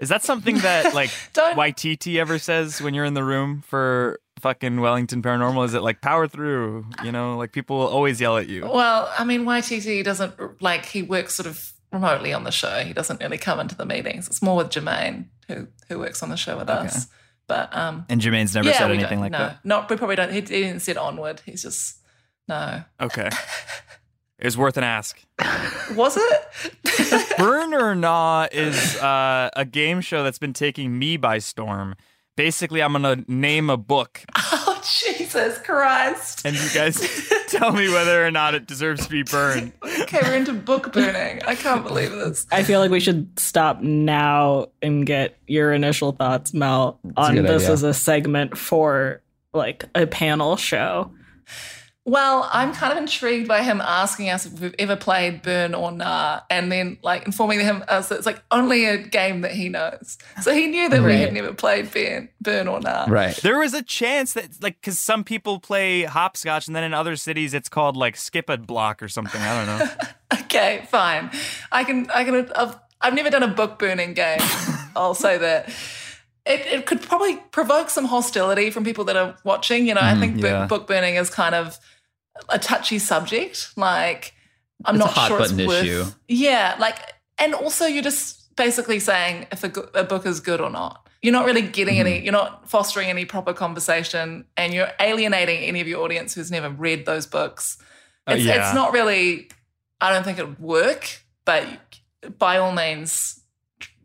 [SPEAKER 5] Is that something that like
[SPEAKER 7] Don't-
[SPEAKER 5] YTT ever says when you're in the room for fucking Wellington Paranormal? Is it like power
[SPEAKER 7] Oh.
[SPEAKER 5] through? You know, like people will always yell at you.
[SPEAKER 7] Well, I mean, YTT doesn't like he works sort of remotely on the show. He doesn't really come into the meetings. It's more with Jermaine, who who works on the show with us. But um,
[SPEAKER 2] And Jermaine's never
[SPEAKER 7] yeah,
[SPEAKER 2] said
[SPEAKER 7] we
[SPEAKER 2] anything
[SPEAKER 7] don't,
[SPEAKER 2] like
[SPEAKER 7] no,
[SPEAKER 2] that.
[SPEAKER 7] Not we probably don't. He, he didn't said onward. He's just no.
[SPEAKER 5] Okay. It was worth an ask.
[SPEAKER 7] Was it?
[SPEAKER 5] Burn or Nah is uh, a game show that's been taking me by storm. Basically, I'm going to name a book,
[SPEAKER 7] oh Jesus Christ!
[SPEAKER 5] and you guys tell me whether or not it deserves to be burned.
[SPEAKER 7] Okay, we're into book burning. I can't believe this.
[SPEAKER 6] I feel like we should stop now and get your initial thoughts, Mel, on
[SPEAKER 4] good
[SPEAKER 6] this
[SPEAKER 4] idea.
[SPEAKER 6] as a segment for like a panel show.
[SPEAKER 7] Well, I'm kind of intrigued by him asking us if we've ever played Burn or Nah, and then like informing him us that it's like only a game that he knows. So he knew that we had never played Burn, Burn or Nah.
[SPEAKER 4] Right.
[SPEAKER 5] There was a chance that, like, because some people play hopscotch, and then in other cities it's called like skip a block or something. I don't know.
[SPEAKER 7] Okay, fine. I can. I can. I've, I've never done a book burning game. I'll say that. It, it could probably provoke some hostility from people that are watching. You know,
[SPEAKER 4] Mm,
[SPEAKER 7] I think bu-
[SPEAKER 2] yeah.
[SPEAKER 7] book burning is kind of a touchy subject. Like, I'm
[SPEAKER 4] It's a
[SPEAKER 7] not
[SPEAKER 4] hot
[SPEAKER 7] sure
[SPEAKER 4] button
[SPEAKER 7] it's worth.
[SPEAKER 4] issue.
[SPEAKER 7] Yeah, like, and also you're just basically saying if a, go- a book is good or not. You're not really getting any.
[SPEAKER 4] Mm-hmm.
[SPEAKER 7] You're not fostering any proper conversation, and you're alienating any of your audience who's never read those books.
[SPEAKER 4] Uh,
[SPEAKER 7] It's,
[SPEAKER 5] yeah.
[SPEAKER 7] it's not really. I don't think it would work, but by all means,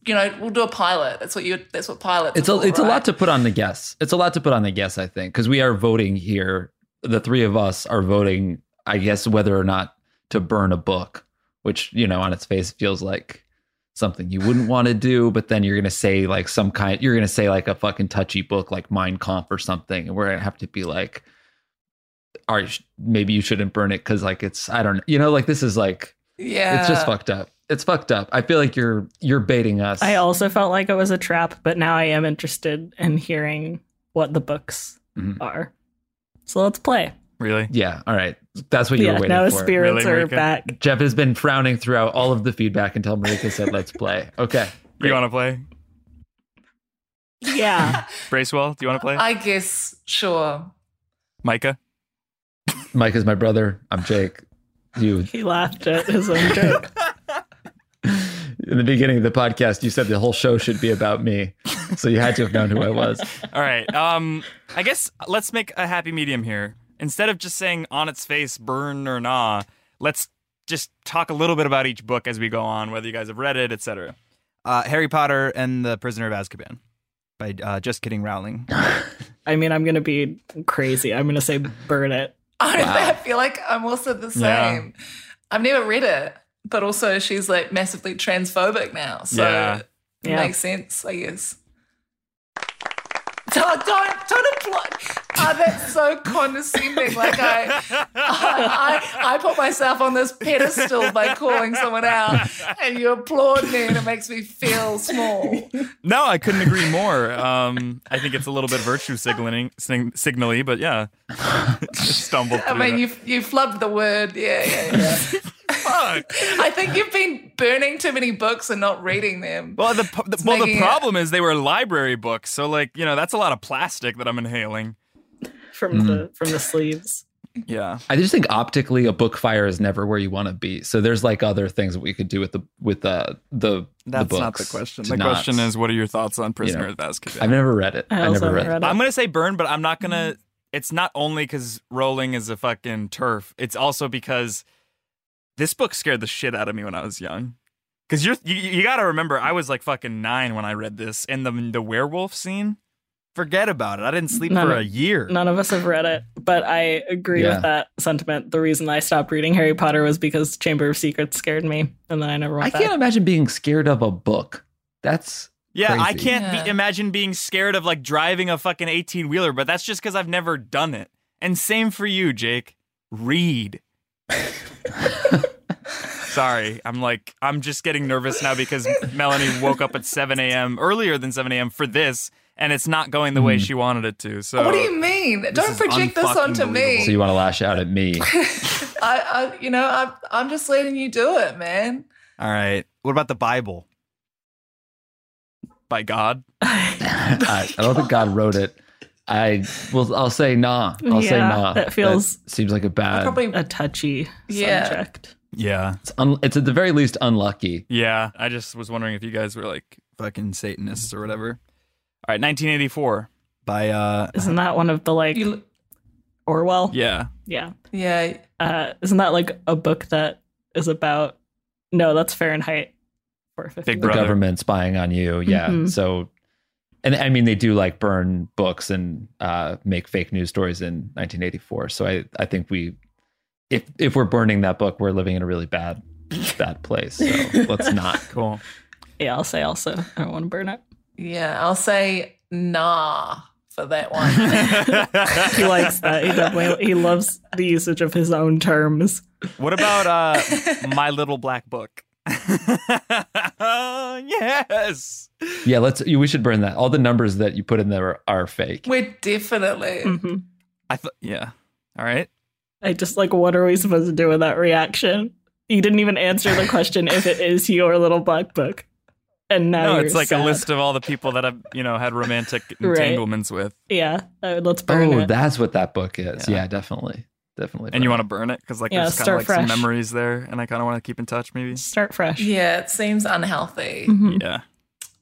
[SPEAKER 7] you know, we'll do a pilot. That's what you. That's what pilots.
[SPEAKER 4] It's
[SPEAKER 7] are
[SPEAKER 4] a
[SPEAKER 7] for,
[SPEAKER 4] it's a
[SPEAKER 7] right?
[SPEAKER 4] lot to put on the guess. It's a lot to put on the guess. I think because we are voting here. The three of us are voting. I guess whether or not to burn a book, which you know on its face feels like something you wouldn't want to do. But then you're gonna say like some kind. You're gonna say like a fucking touchy book like Mein Kampf or something, and we're gonna have to be like, "All right, sh- maybe you shouldn't burn it because like it's I don't you know like this is like
[SPEAKER 7] Yeah,
[SPEAKER 4] it's just
[SPEAKER 6] Uh.
[SPEAKER 4] fucked up. It's fucked up. I feel like you're you're baiting us.
[SPEAKER 6] I also felt like it was a trap, but now I am interested in hearing what the books
[SPEAKER 4] Mhm.
[SPEAKER 6] are. So let's play.
[SPEAKER 5] really?
[SPEAKER 4] yeah. All right. That's what you were
[SPEAKER 6] Yeah,
[SPEAKER 4] waiting
[SPEAKER 6] now
[SPEAKER 4] for.
[SPEAKER 6] spirits
[SPEAKER 5] Really,
[SPEAKER 6] are
[SPEAKER 5] Marika?
[SPEAKER 6] back.
[SPEAKER 4] Jeff has been frowning throughout all of the feedback until Marika said, "Let's play." Okay.
[SPEAKER 5] You want to play?
[SPEAKER 6] Yeah.
[SPEAKER 5] Bracewell, do you want to play?
[SPEAKER 7] I guess sure.
[SPEAKER 5] Micah?
[SPEAKER 4] Mike is my brother. I'm Jake. You
[SPEAKER 6] he laughed at his own joke.
[SPEAKER 4] in the beginning of the podcast, you said the whole show should be about me, so you had to have known who I was.
[SPEAKER 5] All right. Um, I guess let's make a happy medium here. Instead of just saying on its face, burn or nah, let's just talk a little bit about each book as we go on, whether you guys have read it, etc.
[SPEAKER 2] Uh, Harry Potter and the Prisoner of Azkaban by uh, just kidding Rowling.
[SPEAKER 6] I mean, I'm going to be crazy. I'm going to say burn it.
[SPEAKER 7] Honestly, I feel like I'm also the
[SPEAKER 5] Yeah.
[SPEAKER 7] same. I've never read it, but also she's like massively transphobic now, so
[SPEAKER 5] Yeah.
[SPEAKER 7] it
[SPEAKER 6] Yeah.
[SPEAKER 7] makes sense, I guess. Don't don't don't apply. Oh, that's so condescending. Like I, I, I, I put myself on this pedestal by calling someone out, and you applaud me, and it makes me feel small.
[SPEAKER 5] No, I couldn't agree more. Um, I think it's a little bit virtue signaling, sing, signally, but yeah, Just stumbled.
[SPEAKER 7] I
[SPEAKER 5] through
[SPEAKER 7] mean,
[SPEAKER 5] that.
[SPEAKER 7] you you flubbed the word. Yeah, yeah, yeah.
[SPEAKER 5] Fuck.
[SPEAKER 7] I think you've been burning too many books and not reading them.
[SPEAKER 5] Well, the, po- the well, the
[SPEAKER 7] making it-
[SPEAKER 5] problem is they were library books, so like you know that's a lot of plastic that I'm inhaling.
[SPEAKER 6] from
[SPEAKER 4] Hmm.
[SPEAKER 6] the from the sleeves.
[SPEAKER 5] Yeah,
[SPEAKER 4] I just think optically, a book fire is never where you want to be. So there's like other things that we could do with the with the the.
[SPEAKER 2] That's
[SPEAKER 4] the
[SPEAKER 2] not the
[SPEAKER 4] books
[SPEAKER 2] question.
[SPEAKER 4] to
[SPEAKER 5] the
[SPEAKER 4] not-
[SPEAKER 5] question is, what are your thoughts on Prisoner of Azkaban?
[SPEAKER 4] I've never read it.
[SPEAKER 6] I
[SPEAKER 4] I,
[SPEAKER 6] also
[SPEAKER 4] never
[SPEAKER 6] haven't
[SPEAKER 4] read, it.
[SPEAKER 6] read it.
[SPEAKER 5] I'm gonna say burn, but I'm not gonna. It's not only because Rowling is a fucking turf. It's also because this book scared the shit out of me when I was young. Because you're you, you gotta remember, I was like fucking nine when I read this, and the the werewolf scene. Forget about it. I didn't sleep
[SPEAKER 6] No,
[SPEAKER 5] for
[SPEAKER 6] no.
[SPEAKER 5] a year.
[SPEAKER 6] None of us have read it, but I agree
[SPEAKER 4] Yeah.
[SPEAKER 6] with that sentiment. The reason I stopped reading Harry Potter was because Chamber of Secrets scared me, and then I never went
[SPEAKER 4] I
[SPEAKER 6] back.
[SPEAKER 4] can't imagine being scared of a book. That's
[SPEAKER 5] Yeah, I
[SPEAKER 4] Crazy.
[SPEAKER 5] can't
[SPEAKER 7] Yeah.
[SPEAKER 5] Be, imagine being scared of like driving a fucking 18 wheeler, but that's just because I've never done it. And same for you, Jake. Read. Sorry, I'm like, I'm just getting nervous now because Melanie woke up at 7 a.m. earlier than 7 a.m. for this, and it's not going the way she wanted it to. So,
[SPEAKER 7] what do you mean? Don't
[SPEAKER 5] is
[SPEAKER 7] project this onto
[SPEAKER 5] unfucking-believable.
[SPEAKER 7] me.
[SPEAKER 4] so you want to lash out at me.
[SPEAKER 7] I, I, you know, I'm, I'm just letting you do it, man.
[SPEAKER 2] All right. What about the Bible?
[SPEAKER 5] by God,
[SPEAKER 4] I, I don't think God wrote it. I will. I'll say nah. I'll say
[SPEAKER 6] Yeah,
[SPEAKER 4] nah.
[SPEAKER 6] that feels-
[SPEAKER 4] seems like a bad.
[SPEAKER 7] Probably,
[SPEAKER 6] a touchy
[SPEAKER 7] Yeah.
[SPEAKER 6] subject.
[SPEAKER 5] Yeah.
[SPEAKER 4] It's, un- it's at the very least unlucky.
[SPEAKER 5] Yeah. I just was wondering if you guys were like fucking Satanists or whatever. All right, 1984.
[SPEAKER 2] by uh
[SPEAKER 6] Isn't that one of the like
[SPEAKER 7] You,
[SPEAKER 6] Orwell?
[SPEAKER 5] Yeah.
[SPEAKER 6] Yeah.
[SPEAKER 7] yeah,
[SPEAKER 6] Uh, isn't that like a book that is about? No, that's Fahrenheit. 450.
[SPEAKER 5] Big
[SPEAKER 4] The
[SPEAKER 5] Brother.
[SPEAKER 4] government spying on you. Yeah.
[SPEAKER 6] Mhm.
[SPEAKER 4] So, and I mean, they do like burn books and uh, make fake news stories in 1984. So I, I think we, if if we're burning that book, we're living in a really bad, bad place. So let's not.
[SPEAKER 5] Cool.
[SPEAKER 6] Yeah, I'll say also. I don't want to burn it.
[SPEAKER 7] yeah. I'll say nah for that one.
[SPEAKER 6] He likes that. He definitely he loves the usage of his own terms.
[SPEAKER 5] What about uh My Little Black Book? yes.
[SPEAKER 4] Yeah. Let's. We should burn that. All the numbers that you put in there are, fake.
[SPEAKER 7] We're definitely.
[SPEAKER 4] Mm.
[SPEAKER 6] hmm
[SPEAKER 5] I thought yeah. All right.
[SPEAKER 6] I just like, what are we supposed to do with that reaction? You didn't even answer the question if it is your little black book, and now
[SPEAKER 5] No,
[SPEAKER 6] you're
[SPEAKER 5] it's like
[SPEAKER 6] sad.
[SPEAKER 5] a list of all the people that I've, you know, had romantic
[SPEAKER 6] Right.
[SPEAKER 5] entanglements with.
[SPEAKER 6] Yeah, uh, let's burn
[SPEAKER 4] Oh,
[SPEAKER 6] it.
[SPEAKER 4] that's what that book is.
[SPEAKER 5] Yeah.
[SPEAKER 4] Yeah, definitely, definitely.
[SPEAKER 5] And you
[SPEAKER 4] burn
[SPEAKER 5] want to burn it because like
[SPEAKER 6] Yeah,
[SPEAKER 5] there's kind of like
[SPEAKER 6] start
[SPEAKER 5] some
[SPEAKER 6] fresh.
[SPEAKER 5] memories there, and I kind of want to keep in touch, maybe.
[SPEAKER 6] Start fresh.
[SPEAKER 7] Yeah, it seems unhealthy.
[SPEAKER 4] Mm.
[SPEAKER 6] Mhm.
[SPEAKER 5] Yeah.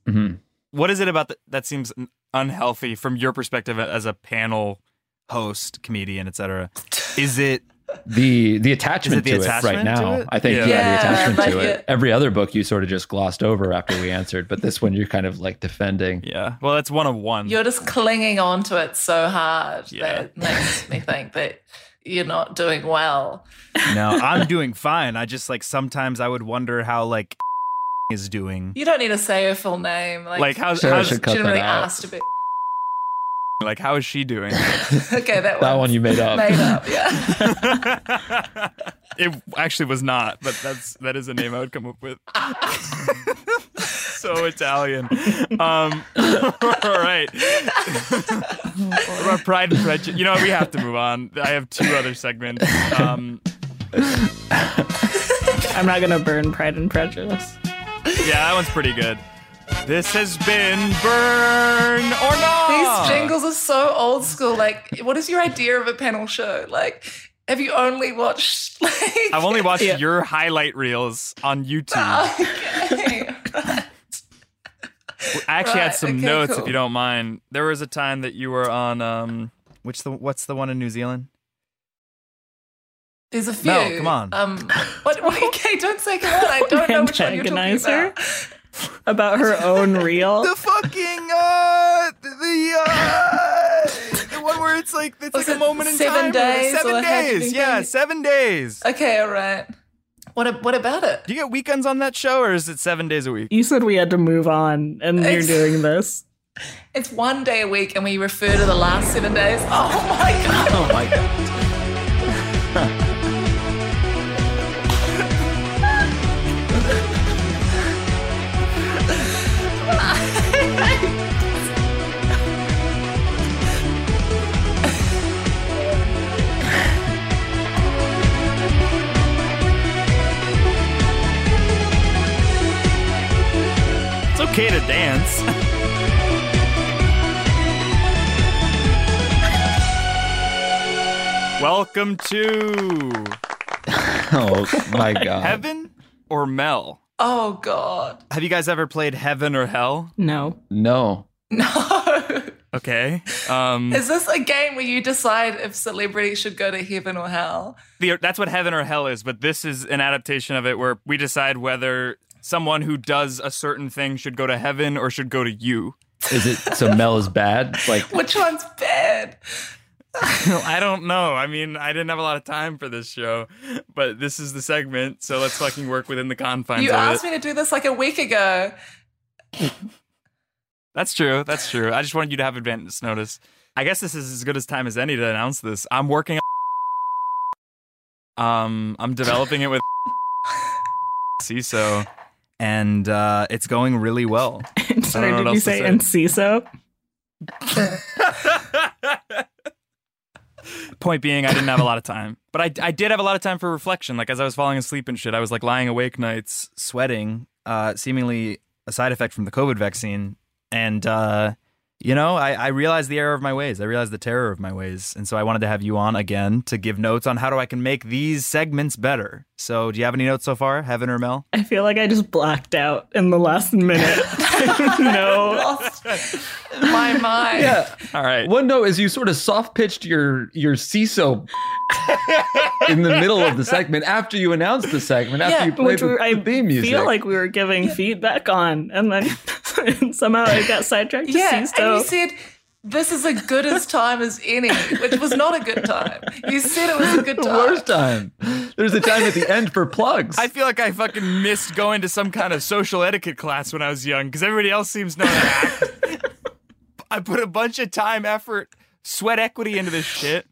[SPEAKER 4] it. Mhm.
[SPEAKER 5] What is it about th- that seems un- unhealthy from your perspective as a panel host, comedian, etc.? Is it
[SPEAKER 4] the the attachment
[SPEAKER 5] the
[SPEAKER 4] to
[SPEAKER 5] attachment
[SPEAKER 4] it right
[SPEAKER 5] to
[SPEAKER 4] now.
[SPEAKER 5] it?
[SPEAKER 4] I think
[SPEAKER 5] Yeah.
[SPEAKER 4] yeah,
[SPEAKER 7] Yeah,
[SPEAKER 4] the attachment
[SPEAKER 7] like
[SPEAKER 4] to it.
[SPEAKER 7] it-
[SPEAKER 4] Every other book you sort of just glossed over after we answered, but this one you're kind of like defending.
[SPEAKER 5] Yeah. Well, that's one of one.
[SPEAKER 7] You're just clinging on to it so hard
[SPEAKER 5] Yeah.
[SPEAKER 7] that it makes me think that you're not doing well.
[SPEAKER 2] no, I'm doing fine. I just like sometimes I would wonder how like is doing.
[SPEAKER 7] You don't need to say her full name. Like,
[SPEAKER 5] like how's,
[SPEAKER 4] Sarah
[SPEAKER 5] how's
[SPEAKER 4] should cut
[SPEAKER 7] she didn't
[SPEAKER 4] that
[SPEAKER 7] really
[SPEAKER 4] out.
[SPEAKER 7] ask to be.
[SPEAKER 5] like how is she doing?
[SPEAKER 7] okay, that,
[SPEAKER 4] That one you made up.
[SPEAKER 7] made up. Yeah.
[SPEAKER 5] it actually was not, but that's that is a name I would come up with. so Italian. Um, all right. What about Pride and Prejudice? You know, what, we have to move on. I have two other segments. Um,
[SPEAKER 6] I'm not gonna burn Pride and Prejudice.
[SPEAKER 5] yeah, that one's pretty good. This has been Burn or Not.
[SPEAKER 7] These jingles are so old school. Like, what is your idea of a panel show? Like, have you only watched like?
[SPEAKER 5] I've only watched
[SPEAKER 6] Yeah.
[SPEAKER 5] your highlight reels on YouTube.
[SPEAKER 7] Ah, okay.
[SPEAKER 5] I actually had
[SPEAKER 7] Right,
[SPEAKER 5] some
[SPEAKER 7] okay,
[SPEAKER 5] notes if
[SPEAKER 7] cool.
[SPEAKER 5] you don't mind. There was a time that you were on um
[SPEAKER 2] Which the what's the one in New Zealand?
[SPEAKER 7] There's a few.
[SPEAKER 2] No, come on.
[SPEAKER 7] Um, what, what, okay, don't say come on. I don't know which one you're talking
[SPEAKER 6] Antagonize her
[SPEAKER 7] about.
[SPEAKER 6] about her own reel.
[SPEAKER 2] The fucking uh the uh the one where it's like it's
[SPEAKER 7] Was
[SPEAKER 2] like a
[SPEAKER 7] it
[SPEAKER 2] moment in
[SPEAKER 7] Seven
[SPEAKER 2] time. or-
[SPEAKER 7] Days
[SPEAKER 2] seven
[SPEAKER 7] or how do you
[SPEAKER 2] days.
[SPEAKER 7] think
[SPEAKER 2] Yeah,
[SPEAKER 7] it-
[SPEAKER 2] seven days.
[SPEAKER 7] Okay, all right. What a- what about it?
[SPEAKER 5] Do you get weekends on that show or is it seven days a week?
[SPEAKER 6] You said we had to move on, and you're
[SPEAKER 7] It's-
[SPEAKER 6] doing this.
[SPEAKER 7] It's one day a week, and we refer to the last seven days. Oh my god! Oh my god!
[SPEAKER 5] It's okay to dance. Welcome to
[SPEAKER 4] Oh my god.
[SPEAKER 5] Heaven or Mel.
[SPEAKER 7] Oh god!
[SPEAKER 5] Have you guys ever played Heaven or Hell?
[SPEAKER 6] No,
[SPEAKER 4] No.
[SPEAKER 7] No.
[SPEAKER 5] Okay. Um
[SPEAKER 7] Is this a game where you decide if celebrities should go to heaven or hell?
[SPEAKER 5] the, that's what Heaven or Hell is, but this is an adaptation of it where we decide whether someone who does a certain thing should go to heaven or should go to you.
[SPEAKER 4] Is it so Mel is bad? Like
[SPEAKER 7] Which one's bad?
[SPEAKER 5] I don't know. I mean, I didn't have a lot of time for this show, but this is the segment, so let's fucking work within the confines
[SPEAKER 7] You
[SPEAKER 5] of
[SPEAKER 7] asked
[SPEAKER 5] it.
[SPEAKER 7] me to do this like a week ago.
[SPEAKER 5] That's true. That's true. I just wanted you to have advance notice. I guess this is as good as time as any to announce this. I'm working on um I'm developing it with CISO.
[SPEAKER 2] And uh it's going really well.
[SPEAKER 6] sorry,
[SPEAKER 5] know what
[SPEAKER 6] did you
[SPEAKER 5] else to
[SPEAKER 6] say
[SPEAKER 5] say.
[SPEAKER 6] Enciso?
[SPEAKER 5] Point being, I didn't have a lot of time, but I, I did have a lot of time for reflection. Like as I was falling asleep and shit, I was like lying awake nights.
[SPEAKER 2] Sweating, uh seemingly a side effect from the COVID vaccine. And uh you know, I, I realized the error of my ways. I realized the terror of my ways. And so I wanted to have you on again to give notes on how do I can make these segments better. So do you have any notes so far, Heaven or Mel?
[SPEAKER 6] I feel like I just blacked out in the last minute. no.
[SPEAKER 7] Lost my mind.
[SPEAKER 5] All right.
[SPEAKER 4] One note is you sort of soft pitched your your CISO in the middle of the segment after you announced the segment after you played
[SPEAKER 6] Which
[SPEAKER 4] the,
[SPEAKER 6] we, I
[SPEAKER 4] the theme music.
[SPEAKER 6] feel like we were giving feedback on, and then and somehow I got sidetracked to
[SPEAKER 7] Yeah, and
[SPEAKER 6] Sisto.
[SPEAKER 7] you said this is a good as time as any, which was not a good time. You said it was a good
[SPEAKER 4] the
[SPEAKER 7] time.
[SPEAKER 4] worst time. There's a time at the end for plugs.
[SPEAKER 5] I feel like I fucking missed going to some kind of social etiquette class when I was young because everybody else seems to know how to act. I put a bunch of time, effort, sweat equity into this shit,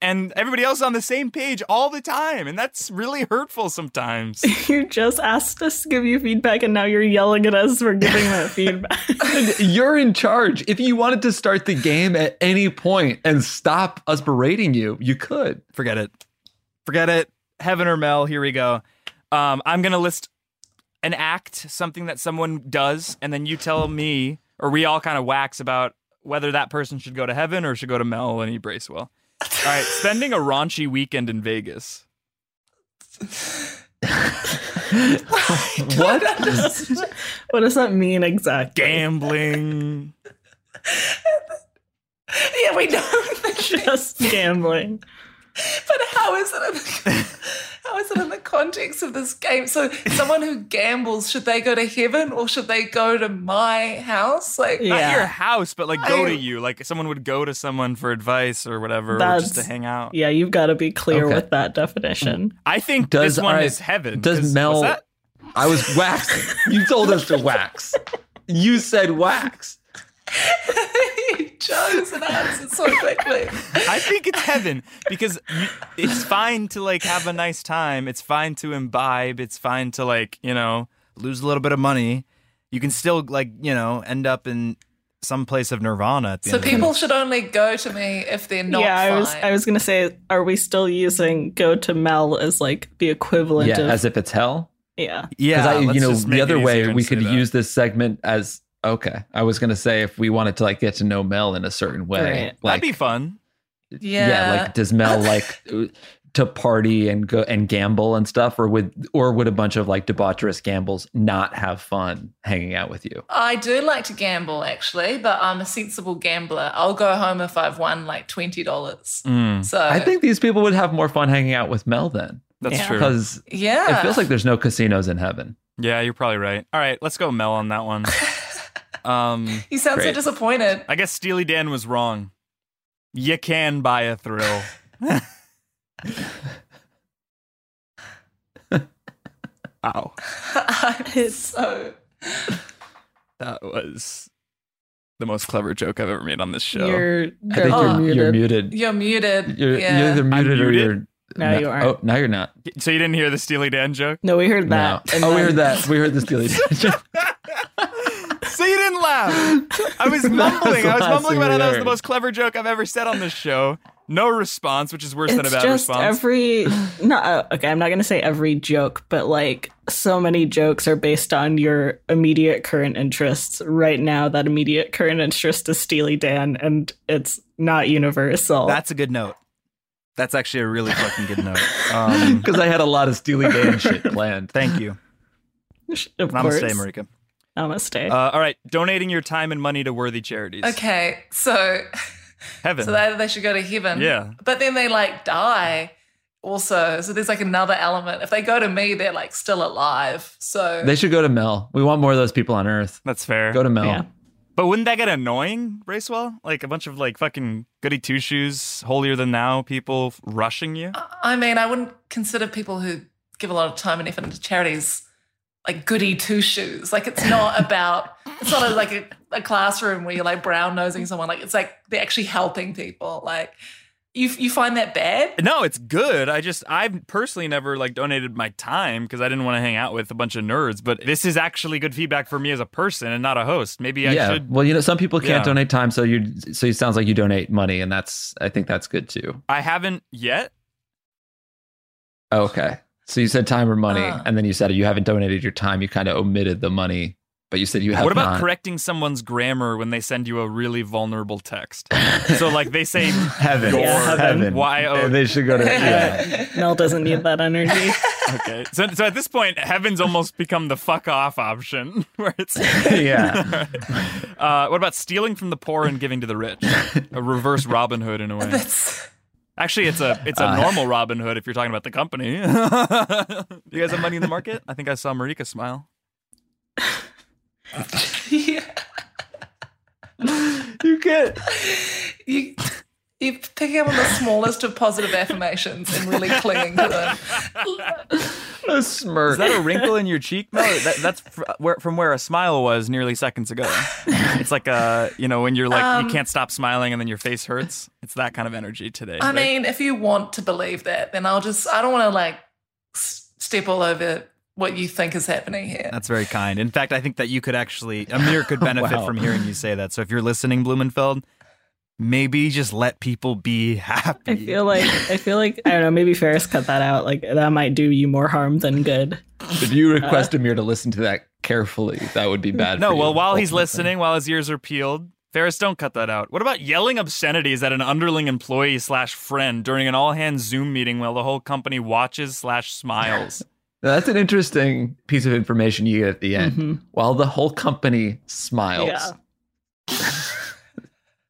[SPEAKER 5] and everybody else on the same page all the time, and that's really hurtful sometimes.
[SPEAKER 6] You just asked us to give you feedback, and now you're yelling at us for giving that feedback.
[SPEAKER 4] You're in charge. If you wanted to start the game at any point and stop us berating you, you could.
[SPEAKER 2] Forget it. Forget it. Heaven or Mel, here we go. Um, I'm going to list an act, something that someone does, and then you tell me, or we all kind of wax about whether that person should go to heaven or should go to Melanie Bracewell. All right, spending a raunchy weekend in Vegas.
[SPEAKER 4] What?
[SPEAKER 6] what does that mean exactly?
[SPEAKER 5] Gambling.
[SPEAKER 7] Yeah, we know.
[SPEAKER 6] Just gambling.
[SPEAKER 7] But how is it? In the, how is it in the context of this game? So, someone who gambles should they go to heaven or should they go to my house? Like,
[SPEAKER 6] Yeah.
[SPEAKER 5] Not your house, but like go to you. Like someone would go to someone for advice or whatever, or just to
[SPEAKER 6] That's-
[SPEAKER 5] hang out.
[SPEAKER 6] Yeah, you've got to be clear
[SPEAKER 4] Okay.
[SPEAKER 6] with that definition.
[SPEAKER 5] I think
[SPEAKER 4] Does-
[SPEAKER 5] this one
[SPEAKER 4] all right,
[SPEAKER 5] is heaven.
[SPEAKER 4] does
[SPEAKER 5] 'cause- was
[SPEAKER 4] Mel-
[SPEAKER 5] that-
[SPEAKER 4] I was waxing. You told us to wax. You said wax.
[SPEAKER 7] you chose an answer so quickly.
[SPEAKER 5] I think it's heaven because you, it's fine to like have a nice time. It's fine to imbibe. It's fine to like you know lose a little bit of money. You can still like you know end up in some place of nirvana at the
[SPEAKER 7] So,
[SPEAKER 5] end. of the-
[SPEAKER 7] people should only go to me if they're not.
[SPEAKER 6] yeah, I was
[SPEAKER 7] fine.
[SPEAKER 6] I was gonna say, are we still using go to Mel as like the equivalent
[SPEAKER 4] Yeah,
[SPEAKER 6] of
[SPEAKER 4] as if it's hell.
[SPEAKER 6] yeah?
[SPEAKER 4] Because
[SPEAKER 5] yeah,
[SPEAKER 4] I,
[SPEAKER 5] let's
[SPEAKER 4] you know,
[SPEAKER 5] just make
[SPEAKER 4] the
[SPEAKER 5] it
[SPEAKER 4] other way
[SPEAKER 5] easier and
[SPEAKER 4] we
[SPEAKER 5] say
[SPEAKER 4] could
[SPEAKER 5] that.
[SPEAKER 4] use this segment as okay. I was gonna say if we wanted to like get to know Mel in a certain way,
[SPEAKER 6] Right.
[SPEAKER 5] that'd
[SPEAKER 4] like
[SPEAKER 5] be fun.
[SPEAKER 4] yeah. like does Mel like to party and go and gamble and stuff, or would or would a bunch of like debaucherous gambles not have fun hanging out with you?
[SPEAKER 7] I do like to gamble actually, but I'm a sensible gambler. I'll go home if I've won like twenty dollars.
[SPEAKER 5] Mm,
[SPEAKER 7] So
[SPEAKER 4] I think these people would have more fun hanging out with Mel then,
[SPEAKER 5] that's
[SPEAKER 6] Yeah.
[SPEAKER 5] true.
[SPEAKER 4] because
[SPEAKER 7] yeah,
[SPEAKER 4] it feels like there's no casinos in heaven.
[SPEAKER 5] Yeah, you're probably right. All right, let's go Mel on that one. um,
[SPEAKER 7] you sound so
[SPEAKER 4] Great.
[SPEAKER 7] disappointed.
[SPEAKER 5] I guess Steely Dan was wrong. You can buy a thrill. Ow.
[SPEAKER 7] I'm so
[SPEAKER 5] That was the most clever joke I've ever made on this show.
[SPEAKER 6] You're,
[SPEAKER 4] I think
[SPEAKER 7] Oh.
[SPEAKER 4] you're, you're muted.
[SPEAKER 7] you're muted.
[SPEAKER 4] You're,
[SPEAKER 7] yeah.
[SPEAKER 4] you're either muted or
[SPEAKER 5] muted?
[SPEAKER 4] you're
[SPEAKER 6] No, you aren't.
[SPEAKER 4] Oh, now you're not.
[SPEAKER 5] so you didn't hear the Steely Dan joke?
[SPEAKER 6] No, we heard that.
[SPEAKER 4] No.
[SPEAKER 6] and
[SPEAKER 4] Oh, we
[SPEAKER 6] then-
[SPEAKER 4] heard that. We heard the Steely Dan joke.
[SPEAKER 5] so you didn't laugh. I was mumbling. I was
[SPEAKER 4] the last
[SPEAKER 5] mumbling
[SPEAKER 4] thing
[SPEAKER 5] about
[SPEAKER 4] we
[SPEAKER 5] how that was the
[SPEAKER 4] heard.
[SPEAKER 5] most clever joke I've ever said on this show. No response, which is worse than a
[SPEAKER 6] It's
[SPEAKER 5] bad
[SPEAKER 6] just
[SPEAKER 5] response.
[SPEAKER 6] every no. uh, Okay, I'm not gonna say every joke, but like so many jokes are based on your immediate current interests. Right now, that immediate current interest is Steely Dan, and it's not universal.
[SPEAKER 2] That's a good note. That's actually a really fucking good note. Um,
[SPEAKER 4] Because I had a lot of Steely Dan shit planned.
[SPEAKER 2] thank you.
[SPEAKER 6] of
[SPEAKER 2] Namaste,
[SPEAKER 6] course.
[SPEAKER 2] Marika.
[SPEAKER 6] Namaste.
[SPEAKER 5] Uh, all right, donating your time and money to worthy charities.
[SPEAKER 7] okay, so
[SPEAKER 5] Heaven.
[SPEAKER 7] so either they should go to heaven.
[SPEAKER 5] Yeah.
[SPEAKER 7] But then they like die also. So there's like another element. If they go to me, they're like still alive. So
[SPEAKER 4] They should go to Mel. We want more of those people on Earth.
[SPEAKER 5] That's fair.
[SPEAKER 4] Go to Mel.
[SPEAKER 6] Yeah.
[SPEAKER 5] But wouldn't that get annoying, Bracewell? Like a bunch of like fucking goody two shoes, holier than thou people rushing you?
[SPEAKER 7] I mean, I wouldn't consider people who give a lot of time and effort into charities like goody two shoes. Like it's not about it's not a, like a, a classroom where you're like brown nosing someone. Like it's like they're actually helping people. Like you you find that bad?
[SPEAKER 5] No, it's good. I just I've personally never like donated my time because I didn't want to hang out with a bunch of nerds. But this is actually good feedback for me as a person and not a host. Maybe I
[SPEAKER 4] yeah.
[SPEAKER 5] should.
[SPEAKER 4] Well, you know, some people can't
[SPEAKER 5] Yeah.
[SPEAKER 4] donate time, so you so it sounds like you donate money, and that's I think that's good too.
[SPEAKER 5] I haven't yet.
[SPEAKER 4] Oh, Okay. So you said time or money,
[SPEAKER 7] Ah.
[SPEAKER 4] Ah. and then you said you haven't donated your time. You kind of omitted the money but you said you have
[SPEAKER 5] What about
[SPEAKER 4] not.
[SPEAKER 5] correcting someone's grammar when they send you a really vulnerable text? so like they say
[SPEAKER 4] heaven?
[SPEAKER 5] gore,
[SPEAKER 4] heaven.
[SPEAKER 5] Y O
[SPEAKER 4] They should go to yeah.
[SPEAKER 6] Mel doesn't need that energy.
[SPEAKER 5] Okay. So, so at this point, heaven's almost become the fuck off option, where it's.
[SPEAKER 4] yeah.
[SPEAKER 5] Uh, what about stealing from the poor and giving to the rich? A reverse Robin Hood in a way.
[SPEAKER 7] That's
[SPEAKER 5] Actually, it's a it's a normal Robin Hood if you're talking about the company. you guys have money in the market? I think I saw Marika smile.
[SPEAKER 7] yeah.
[SPEAKER 4] You get
[SPEAKER 7] You you're picking up on the smallest of positive affirmations and really clinging to them.
[SPEAKER 4] a
[SPEAKER 5] Is
[SPEAKER 4] smirk.
[SPEAKER 5] that a wrinkle in your cheek? No, that, that's fr- where, from where a smile was nearly seconds ago. It's like a you know when you're like you can't stop smiling and then your face hurts. It's that kind of energy today.
[SPEAKER 7] I
[SPEAKER 5] Like,
[SPEAKER 7] mean, if you want to believe that, then I'll just I don't want to like s- step all over what you think is happening here.
[SPEAKER 5] That's very kind. In fact, I think that you could actually Amir could benefit
[SPEAKER 4] Wow.
[SPEAKER 5] from hearing you say that. So if you're listening, Blumenfeld, maybe just let people be happy.
[SPEAKER 6] I feel like I feel like I don't know. Maybe Ferris cut that out. Like that might do you more harm than good.
[SPEAKER 4] if you request Amir to listen to that carefully, that would be bad.
[SPEAKER 5] no,
[SPEAKER 4] for you,
[SPEAKER 5] well, while he's
[SPEAKER 4] ultimately.
[SPEAKER 5] listening, while his ears are peeled, Ferris, don't cut that out. What about yelling obscenities at an underling employee slash friend during an all hands Zoom meeting while the whole company watches slash smiles?
[SPEAKER 4] Now, that's an interesting piece of information you get at the end.
[SPEAKER 7] Mm-hmm.
[SPEAKER 6] Mhm.
[SPEAKER 4] While the whole company smiles,
[SPEAKER 6] Yeah.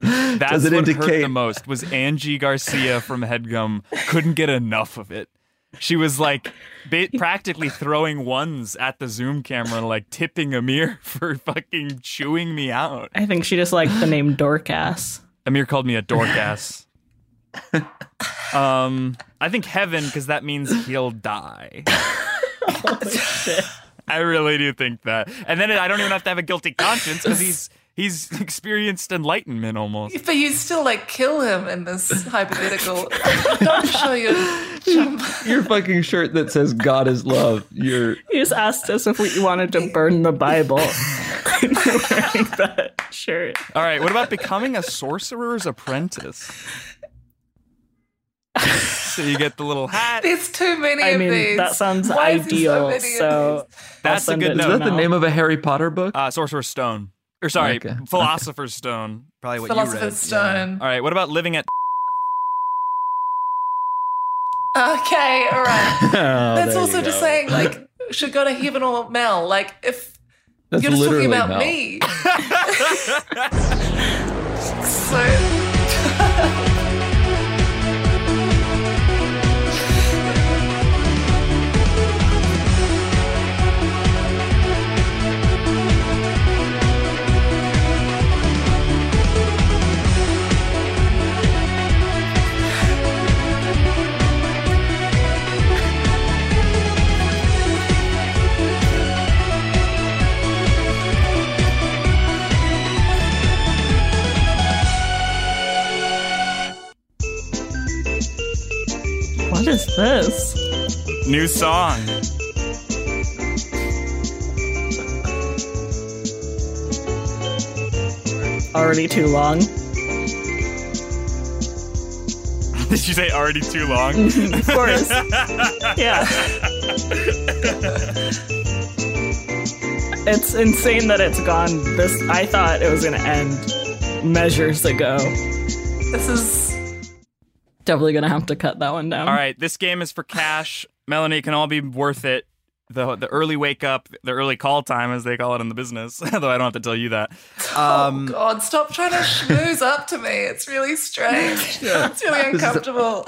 [SPEAKER 5] That's
[SPEAKER 4] Does it
[SPEAKER 5] what hurt
[SPEAKER 4] indicate-
[SPEAKER 5] the most was Angie Garcia from Headgum couldn't get enough of it. She was like ba- practically throwing ones at the Zoom camera, like tipping Amir for fucking chewing me out.
[SPEAKER 6] I think she just liked the name Dorcas.
[SPEAKER 5] Amir called me a dork ass. um, I think heaven because that means he'll die. I really do think that. And then I don't even have to have a guilty conscience because he's he's experienced enlightenment almost.
[SPEAKER 7] But you still like kill him in this hypothetical. Don't show your chump.
[SPEAKER 4] your fucking shirt that says "God is love." You're
[SPEAKER 6] He just asked us if we wanted to burn the Bible. And we're wearing that shirt.
[SPEAKER 5] All right, what about becoming a sorcerer's apprentice? so you get the little hat.
[SPEAKER 7] There's too many
[SPEAKER 6] I
[SPEAKER 7] of
[SPEAKER 6] mean,
[SPEAKER 7] these.
[SPEAKER 6] that sounds
[SPEAKER 7] Why is there
[SPEAKER 6] ideal.
[SPEAKER 7] many of
[SPEAKER 6] So,
[SPEAKER 5] That's a
[SPEAKER 6] I'll send
[SPEAKER 5] good
[SPEAKER 6] it
[SPEAKER 5] note.
[SPEAKER 6] to
[SPEAKER 4] is that the
[SPEAKER 6] Mel.
[SPEAKER 4] name of a Harry Potter book?
[SPEAKER 5] Uh, sorcerer's stone. Or sorry,
[SPEAKER 4] Okay.
[SPEAKER 5] philosopher's stone. Probably what you read.
[SPEAKER 7] Philosopher's Stone.
[SPEAKER 5] All right, what about living at
[SPEAKER 7] Okay, all right.
[SPEAKER 4] Oh,
[SPEAKER 7] That's
[SPEAKER 4] there
[SPEAKER 7] also
[SPEAKER 4] you
[SPEAKER 7] just
[SPEAKER 4] go.
[SPEAKER 7] saying like should go to heaven or Mel. Like if
[SPEAKER 4] That's
[SPEAKER 7] you're just talking
[SPEAKER 4] literally
[SPEAKER 7] about
[SPEAKER 4] Mel.
[SPEAKER 7] me. so.
[SPEAKER 6] what is this?
[SPEAKER 5] new song?
[SPEAKER 6] Already too long.
[SPEAKER 5] Did you say already too long?
[SPEAKER 6] of course. yeah. it's insane that it's gone this I thought it was gonna end measures ago.
[SPEAKER 7] This is
[SPEAKER 6] Definitely gonna have to cut that one down.
[SPEAKER 5] All right, this game is for cash. Melanie it can all be worth it. The the early wake up, the early call time as they call it in the business. Though I don't have to tell you that. Um
[SPEAKER 7] God. Stop trying to schmooze up to me. It's really strange. It's really uncomfortable.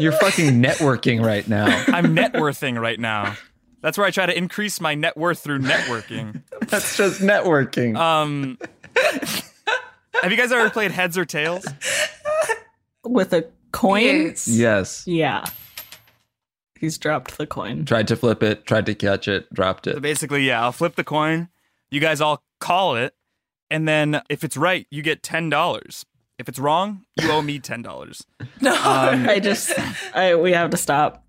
[SPEAKER 4] You're fucking networking right now.
[SPEAKER 5] I'm net worthing right now. That's where I try to increase my net worth through networking.
[SPEAKER 4] That's just networking.
[SPEAKER 5] Um, have you guys ever played heads or tails?
[SPEAKER 6] With a coin?
[SPEAKER 7] Yes.
[SPEAKER 4] yes.
[SPEAKER 6] Yeah. He's dropped the coin.
[SPEAKER 4] Tried to flip it, tried to catch it, dropped
[SPEAKER 5] So
[SPEAKER 4] it.
[SPEAKER 5] basically, yeah, I'll flip the coin. You guys all call it, and then if it's right, you get ten dollars. If it's wrong, you owe me ten dollars.
[SPEAKER 7] No.
[SPEAKER 6] I just I we have to stop.
[SPEAKER 5] Um,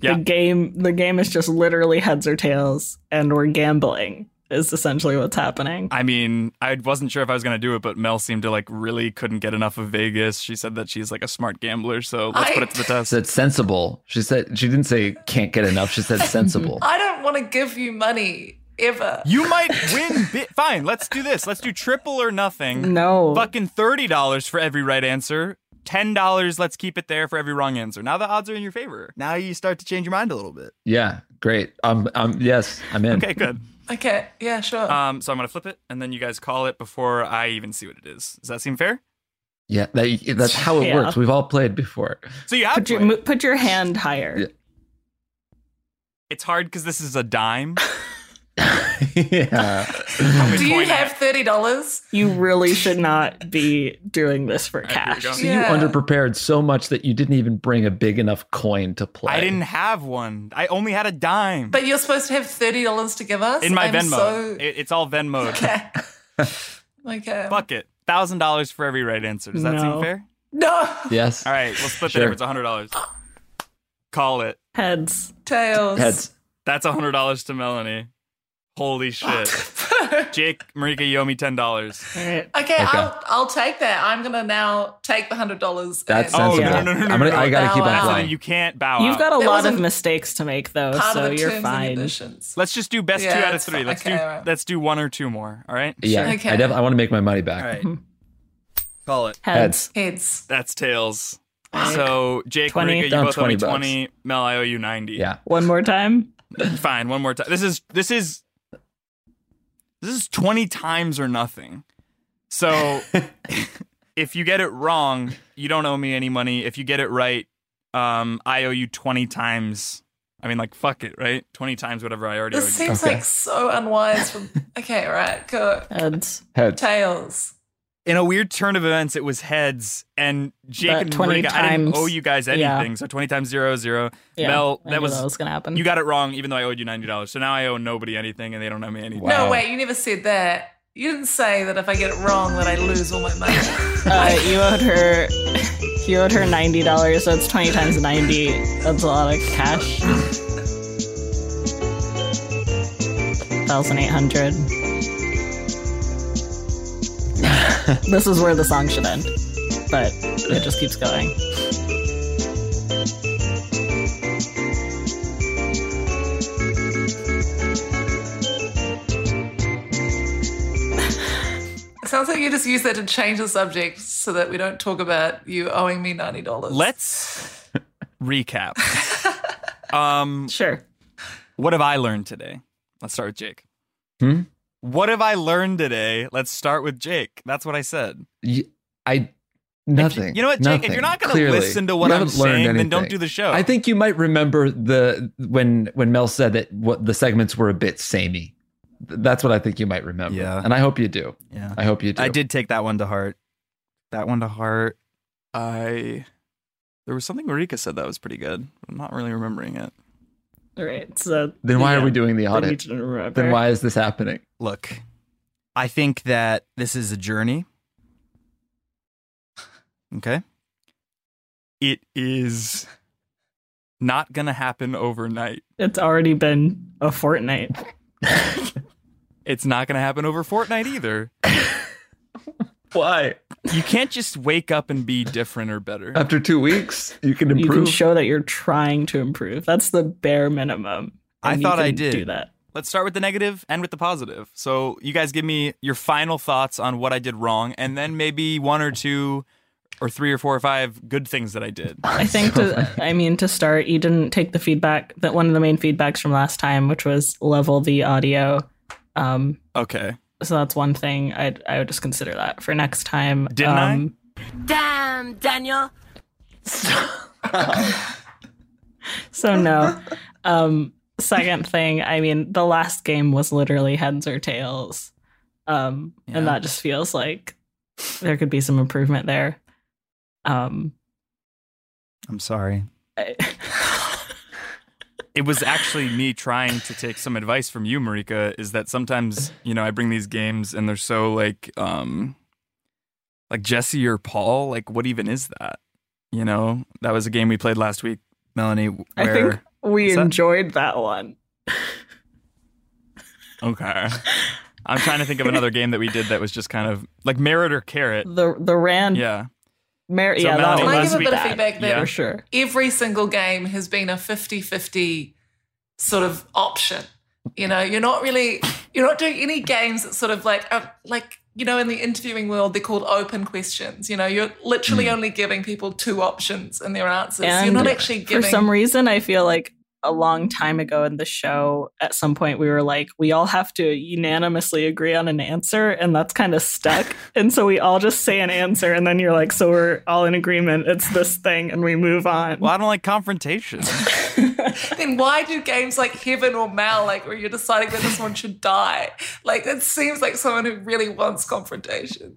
[SPEAKER 5] Yeah.
[SPEAKER 6] The game the game is just literally heads or tails and we're gambling is essentially what's happening.
[SPEAKER 5] I mean, I wasn't sure if I was gonna do it, but Mel seemed to like really couldn't get enough of Vegas. She said that she's like a smart gambler, so let's
[SPEAKER 7] I-
[SPEAKER 5] put it to the test.
[SPEAKER 4] said sensible. She said she didn't say can't get enough. She said sensible.
[SPEAKER 7] I don't want to give you money. ever.
[SPEAKER 5] You might win. Bi- Fine, let's do this. Let's do triple or nothing.
[SPEAKER 6] No.
[SPEAKER 5] Fucking thirty dollars for every right answer. Ten dollars. Let's keep it there for every wrong answer. Now the odds are in your favor. Now you start to change your mind a little bit.
[SPEAKER 4] Yeah, great. Um, um, yes, I'm in.
[SPEAKER 5] Okay, good.
[SPEAKER 7] Okay, yeah, sure.
[SPEAKER 5] Um, so I'm gonna flip it, and then you guys call it before I even see what it is. Does that seem fair?
[SPEAKER 4] Yeah, that, that's how it
[SPEAKER 6] Yeah.
[SPEAKER 4] works. We've all played before.
[SPEAKER 5] So you have
[SPEAKER 6] Put your,
[SPEAKER 5] played.
[SPEAKER 6] mo- put your hand higher.
[SPEAKER 4] Yeah.
[SPEAKER 5] It's hard because this is a dime.
[SPEAKER 4] yeah.
[SPEAKER 5] I'm gonna
[SPEAKER 7] Do you
[SPEAKER 5] point at
[SPEAKER 7] have thirty dollars?
[SPEAKER 6] You really should not be doing this for cash.
[SPEAKER 5] go.
[SPEAKER 4] You underprepared so much that you didn't even bring a big enough coin to play.
[SPEAKER 5] I didn't have one. I only had a dime.
[SPEAKER 7] But you're supposed to have thirty dollars to give us
[SPEAKER 5] in my
[SPEAKER 7] I'm
[SPEAKER 5] Venmo,
[SPEAKER 7] So...
[SPEAKER 5] It- it's all Venmo.
[SPEAKER 7] Okay. okay.
[SPEAKER 5] Fuck it. Thousand dollars for every right answer. Does that seem
[SPEAKER 6] No.
[SPEAKER 5] fair?
[SPEAKER 7] No
[SPEAKER 4] Yes.
[SPEAKER 5] All right, we'll split the
[SPEAKER 4] Sure.
[SPEAKER 5] difference. hundred dollars. Call it.
[SPEAKER 6] Heads.
[SPEAKER 7] tails.
[SPEAKER 4] Heads.
[SPEAKER 5] That's hundred dollars to Melanie. Holy shit. Jake, Marika, you owe me ten dollars.
[SPEAKER 6] All right.
[SPEAKER 7] Okay, I'll I'll take that. I'm gonna now take the hundred dollars.
[SPEAKER 4] That's
[SPEAKER 5] Oh,
[SPEAKER 4] sensible.
[SPEAKER 5] no, no, no, no,
[SPEAKER 4] I'm gonna,
[SPEAKER 5] no,
[SPEAKER 4] I gotta
[SPEAKER 7] no,
[SPEAKER 4] keep
[SPEAKER 7] no.
[SPEAKER 4] on
[SPEAKER 5] So
[SPEAKER 4] playing.
[SPEAKER 5] then you can't bow
[SPEAKER 6] You've
[SPEAKER 5] out.
[SPEAKER 6] got a
[SPEAKER 7] There
[SPEAKER 6] lot of
[SPEAKER 7] wasn't
[SPEAKER 6] mistakes to make though,
[SPEAKER 7] part
[SPEAKER 6] so
[SPEAKER 7] of the
[SPEAKER 6] you're
[SPEAKER 7] terms and
[SPEAKER 6] fine.
[SPEAKER 7] conditions.
[SPEAKER 5] Let's just do best
[SPEAKER 7] Yeah,
[SPEAKER 5] two out of
[SPEAKER 7] that's
[SPEAKER 5] three.
[SPEAKER 7] fine.
[SPEAKER 5] Let's
[SPEAKER 7] Okay,
[SPEAKER 5] do
[SPEAKER 7] all right.
[SPEAKER 5] let's do one or two more. All right.
[SPEAKER 4] yeah,
[SPEAKER 7] Okay.
[SPEAKER 4] I, def- I want to make my money back.
[SPEAKER 5] All right. Call it.
[SPEAKER 6] Heads.
[SPEAKER 7] Heads.
[SPEAKER 5] That's tails. So Jake,
[SPEAKER 6] 20.
[SPEAKER 5] Marika, you
[SPEAKER 4] Down
[SPEAKER 5] both owe me
[SPEAKER 4] 20 bucks.
[SPEAKER 5] twenty. Mel, I owe you ninety.
[SPEAKER 4] Yeah.
[SPEAKER 6] One more time.
[SPEAKER 5] Fine. One more time. This is this is this is twenty times or nothing. So if you get it wrong, you don't owe me any money. If you get it right, um, I owe you twenty times. I mean, like fuck it, right? Twenty times whatever I already
[SPEAKER 7] This
[SPEAKER 5] owed you.
[SPEAKER 7] seems
[SPEAKER 4] Okay.
[SPEAKER 7] like so unwise. From okay, right, good.
[SPEAKER 6] Heads.
[SPEAKER 4] Heads.
[SPEAKER 7] Tails.
[SPEAKER 5] In a weird turn of events, it was heads and Jake
[SPEAKER 6] But
[SPEAKER 5] and
[SPEAKER 6] 20
[SPEAKER 5] Marika. I didn't
[SPEAKER 6] times-
[SPEAKER 5] owe you guys
[SPEAKER 6] yeah.
[SPEAKER 5] anything, so twenty times zero zero.
[SPEAKER 6] Yeah,
[SPEAKER 5] Mel,
[SPEAKER 6] I
[SPEAKER 5] that
[SPEAKER 6] knew
[SPEAKER 5] was,
[SPEAKER 6] that was gonna happen.
[SPEAKER 5] you got it wrong, even though I owed you ninety dollars. So now I owe nobody anything, and they don't owe me anything.
[SPEAKER 4] Wow.
[SPEAKER 7] No, wait, you never said that. You didn't say that if I get it wrong that I lose all my money.
[SPEAKER 6] Uh, you owed her. You owed her ninety dollars. So it's twenty times ninety. That's a lot of cash. Thousand eight hundred. this is where the song should end, but it just keeps going.
[SPEAKER 7] It sounds like you just used that to change the subject so that we don't talk about you owing me ninety dollars.
[SPEAKER 5] Let's recap. um,
[SPEAKER 6] Sure.
[SPEAKER 5] what have I learned today? Let's start with Jake.
[SPEAKER 4] Hmm?
[SPEAKER 5] What have I learned today? Let's start with Jake. That's what I said.
[SPEAKER 4] You- I nothing.
[SPEAKER 5] You know what, Jake?
[SPEAKER 4] Nothing,
[SPEAKER 5] if you're not going to
[SPEAKER 4] clearly.
[SPEAKER 5] listen to
[SPEAKER 4] You
[SPEAKER 5] what I'm
[SPEAKER 4] haven't learned
[SPEAKER 5] saying, then
[SPEAKER 4] anything.
[SPEAKER 5] don't do the show.
[SPEAKER 4] I think you might remember the when when Mel said that what the segments were a bit samey. Th- That's what I think you might remember.
[SPEAKER 5] Yeah.
[SPEAKER 4] And I hope you do.
[SPEAKER 5] Yeah.
[SPEAKER 4] I hope you do.
[SPEAKER 5] I did take that one to heart. That one to heart. I there was something Marika said that was pretty good. I'm not really remembering it.
[SPEAKER 6] All right. So
[SPEAKER 4] Then why
[SPEAKER 6] yeah,
[SPEAKER 4] are we doing the
[SPEAKER 6] then you
[SPEAKER 4] audit?
[SPEAKER 6] didn't remember.
[SPEAKER 4] Then why is this happening?
[SPEAKER 5] Look, I think that this is a journey. Okay. It is not going to happen overnight.
[SPEAKER 6] It's already been a fortnight.
[SPEAKER 5] It's not going to happen over Fortnite either.
[SPEAKER 4] Why?
[SPEAKER 5] You can't just wake up and be different or better.
[SPEAKER 4] After two weeks, you can
[SPEAKER 6] You
[SPEAKER 4] improve.
[SPEAKER 6] can show that you're trying to improve. That's the bare minimum.
[SPEAKER 5] I
[SPEAKER 6] and you
[SPEAKER 5] thought I
[SPEAKER 6] can
[SPEAKER 5] did.
[SPEAKER 6] do that.
[SPEAKER 5] Let's start with the negative and with the positive. So, you guys give me your final thoughts on what I did wrong, and then maybe one or two or three or four or five good things that I did.
[SPEAKER 6] I think to, I mean to start, you didn't take the feedback that one of the main feedbacks from last time, which was level the audio. Um,
[SPEAKER 5] Okay.
[SPEAKER 6] so that's one thing I I would just consider that for next time.
[SPEAKER 5] Didn't I?
[SPEAKER 6] um,
[SPEAKER 10] Damn, Daniel.
[SPEAKER 6] So no. um, second thing, I mean, the last game was literally heads or tails, um,
[SPEAKER 5] Yeah.
[SPEAKER 6] and that just feels like there could be some improvement there. Um,
[SPEAKER 5] I'm sorry.
[SPEAKER 6] I-
[SPEAKER 5] It was actually me trying to take some advice from you, Marika, is that sometimes, you know, I bring these games and they're so like um like Jesse or Paul, like what even is that? You know? That was a game we played last week, Melanie, where
[SPEAKER 6] I think we
[SPEAKER 5] What's that?
[SPEAKER 6] enjoyed that one.
[SPEAKER 5] Okay. I'm trying to think of another game that we did that was just kind of like Merit or Carrot.
[SPEAKER 6] The the Rand
[SPEAKER 5] Yeah.
[SPEAKER 6] Mar-
[SPEAKER 5] So
[SPEAKER 6] yeah,
[SPEAKER 5] Melanie,
[SPEAKER 6] that
[SPEAKER 7] Can
[SPEAKER 6] one
[SPEAKER 7] I
[SPEAKER 6] was
[SPEAKER 7] give a bit of
[SPEAKER 6] bad,
[SPEAKER 7] feedback there?
[SPEAKER 5] Yeah.
[SPEAKER 6] for sure.
[SPEAKER 7] Every single game has been a 50-50 sort of option. You know, you're not really you're not doing any games that sort of like uh, like you know in the interviewing world they're called open questions. You know, you're literally only giving people two options in their answers. you're
[SPEAKER 6] And
[SPEAKER 7] not actually
[SPEAKER 6] For
[SPEAKER 7] giving
[SPEAKER 6] some reason, I feel like a long time ago in the show, at some point, we were like, we all have to unanimously agree on an answer, and that's kind of stuck. and so we all just say an answer, and then you're like, so we're all in agreement. It's this thing, and we move on.
[SPEAKER 5] Well, I don't like confrontation.
[SPEAKER 7] then why do games like Heaven or Mal, like where you're deciding that this one should die? Like it seems like someone who really wants confrontation.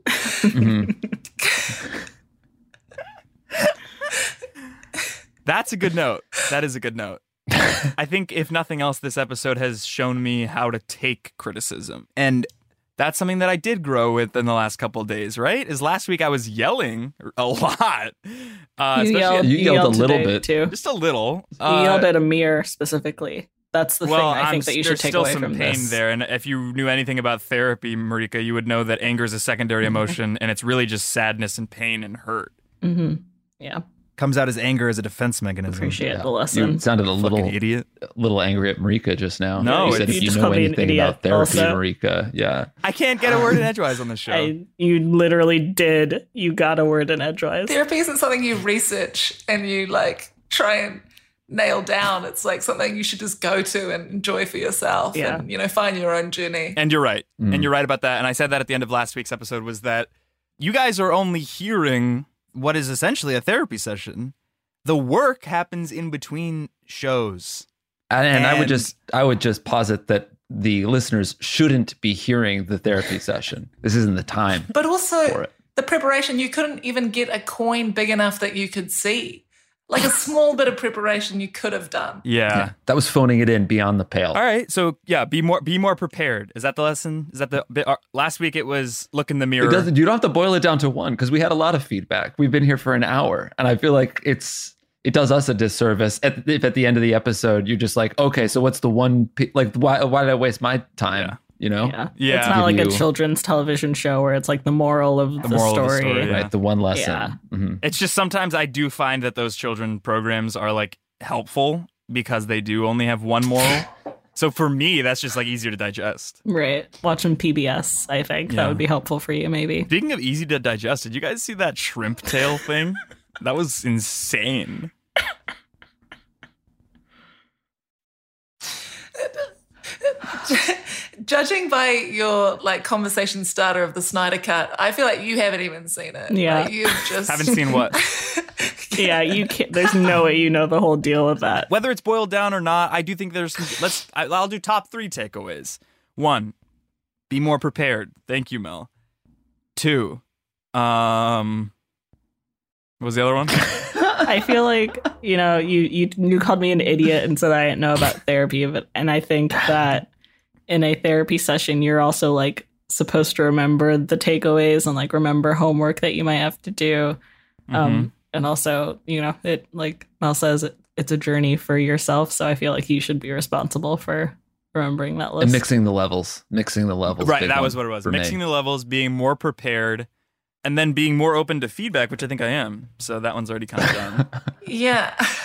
[SPEAKER 5] That's a good note. That is a good note. I think if nothing else, this episode has shown me how to take criticism. And that's something that I did grow with in the last couple of days, right? Is last week I was yelling a lot. Uh,
[SPEAKER 6] you
[SPEAKER 5] especially
[SPEAKER 6] yelled,
[SPEAKER 4] you yelled a little
[SPEAKER 6] today,
[SPEAKER 4] bit.
[SPEAKER 6] too.
[SPEAKER 5] just a little.
[SPEAKER 6] You yelled at a mirror specifically. That's the
[SPEAKER 5] Uh, well,
[SPEAKER 6] thing I
[SPEAKER 5] I'm-
[SPEAKER 6] think that you should
[SPEAKER 5] there's
[SPEAKER 6] take
[SPEAKER 5] still
[SPEAKER 6] away
[SPEAKER 5] some
[SPEAKER 6] from
[SPEAKER 5] pain
[SPEAKER 6] this.
[SPEAKER 5] there. And if you knew anything about therapy, Marika, you would know that anger is a secondary
[SPEAKER 6] Mm-hmm.
[SPEAKER 5] emotion and it's really just sadness and pain and hurt.
[SPEAKER 6] hmm Yeah,
[SPEAKER 5] Comes out as anger as a defense mechanism.
[SPEAKER 6] appreciate
[SPEAKER 4] Yeah.
[SPEAKER 6] the lesson.
[SPEAKER 4] You sounded a
[SPEAKER 5] Fucking
[SPEAKER 4] little
[SPEAKER 5] idiot.
[SPEAKER 4] little angry at Marika just now.
[SPEAKER 5] No,
[SPEAKER 4] you said
[SPEAKER 5] it's-
[SPEAKER 4] if
[SPEAKER 6] you
[SPEAKER 4] you
[SPEAKER 6] just
[SPEAKER 4] know
[SPEAKER 6] called me an
[SPEAKER 4] anything
[SPEAKER 6] idiot
[SPEAKER 4] about therapy,
[SPEAKER 6] also.
[SPEAKER 4] Marika. Yeah,
[SPEAKER 5] I can't get a word in edgewise on this show.
[SPEAKER 6] I, you literally did. You got a word in edgewise.
[SPEAKER 7] Therapy isn't something you research and you like try and nail down. It's like something you should just go to and enjoy for yourself
[SPEAKER 6] Yeah.
[SPEAKER 7] and you know, find your own journey.
[SPEAKER 5] And you're right.
[SPEAKER 4] Mm.
[SPEAKER 5] And you're right about that. And I said that at the end of last week's episode was that you guys are only hearing what is essentially a therapy session. The work happens in between shows.
[SPEAKER 4] and, and I would
[SPEAKER 5] And-
[SPEAKER 4] just I would just posit that the listeners shouldn't be hearing the therapy session. This isn't the time.
[SPEAKER 7] But
[SPEAKER 4] For
[SPEAKER 7] also
[SPEAKER 4] it.
[SPEAKER 7] the preparation, you couldn't even get a coin big enough that you could see. Like a small bit of preparation you could have done.
[SPEAKER 5] Yeah.
[SPEAKER 4] That was phoning it in beyond the pale.
[SPEAKER 5] All right. So yeah, be more be more prepared. Is that the lesson? Is that the bit? uh, last week it was look in the
[SPEAKER 4] It
[SPEAKER 5] mirror.
[SPEAKER 4] doesn't, you don't have to boil it down to one because we had a lot of feedback. We've been here for an hour, and I feel like it's it does us a disservice at, if at the end of the episode you're just like, okay, so what's the one pe- like why why did I waste my time? You know,
[SPEAKER 6] Yeah.
[SPEAKER 5] Yeah.
[SPEAKER 6] It's not like a
[SPEAKER 4] Give you-
[SPEAKER 6] children's television show where it's like the moral of the,
[SPEAKER 5] moral of
[SPEAKER 6] story.
[SPEAKER 5] the story, yeah.
[SPEAKER 4] right? The one lesson.
[SPEAKER 6] Yeah.
[SPEAKER 4] Mhm.
[SPEAKER 5] It's just sometimes I do find that those children programs are like helpful because they do only have one moral. so for me, that's just like easier to digest.
[SPEAKER 6] Right. Watching PBS, I think that
[SPEAKER 5] Yeah.
[SPEAKER 6] would be helpful for you, maybe.
[SPEAKER 5] Speaking of easy to digest, did you guys see that shrimp tail thing? that was insane.
[SPEAKER 7] Judging by your like conversation starter of the Snyder Cut, I feel like you haven't even seen it.
[SPEAKER 6] Yeah.
[SPEAKER 7] Like, you've just
[SPEAKER 5] Haven't seen what?
[SPEAKER 6] yeah, you can't. There's no way you know the whole deal with that.
[SPEAKER 5] Whether it's boiled down or not, I do think there's some. Let's. I, I'll do top three takeaways. One, be more prepared. Thank you, Mel. Two, um, what was the other one?
[SPEAKER 6] I feel like you know you you you called me an idiot and said I didn't know about therapy, but and I think that in a therapy session, you're also like supposed to remember the takeaways and like remember homework that you might have to do. Um, and also, you know, it like Mel says, it, it's a journey for yourself. So I feel like you should be responsible for remembering that list.
[SPEAKER 4] And mixing the levels, mixing the levels.
[SPEAKER 5] right,
[SPEAKER 4] big
[SPEAKER 5] that
[SPEAKER 4] one
[SPEAKER 5] was what it was.
[SPEAKER 4] for me.
[SPEAKER 5] Mixing the levels, being more prepared, and then being more open to feedback, which I think I am. So that one's already kind of done.
[SPEAKER 7] Yeah.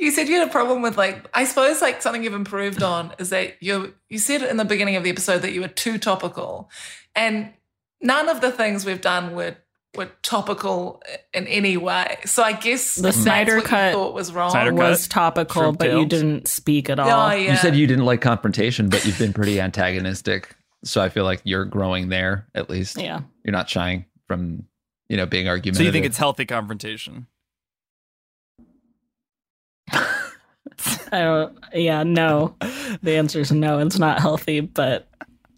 [SPEAKER 7] You said you had a problem with like I suppose like something you've improved on is that you you said in the beginning of the episode that you were too topical. And none of the things we've done were were topical in any way. So I guess
[SPEAKER 6] The
[SPEAKER 7] that's
[SPEAKER 6] Snyder
[SPEAKER 7] what you
[SPEAKER 6] Cut
[SPEAKER 7] thought was wrong.
[SPEAKER 5] Snyder Cut.
[SPEAKER 6] was topical,
[SPEAKER 5] Shrimp
[SPEAKER 6] but you
[SPEAKER 5] tails.
[SPEAKER 6] didn't speak at all.
[SPEAKER 7] Oh, yeah.
[SPEAKER 4] You said you didn't like confrontation, but you've been pretty antagonistic. So I feel like you're growing there at least.
[SPEAKER 6] Yeah.
[SPEAKER 4] You're not shying from you know being argumentative.
[SPEAKER 5] so you think it's healthy confrontation?
[SPEAKER 6] I don't, yeah, no. The answer is no. It's not healthy, but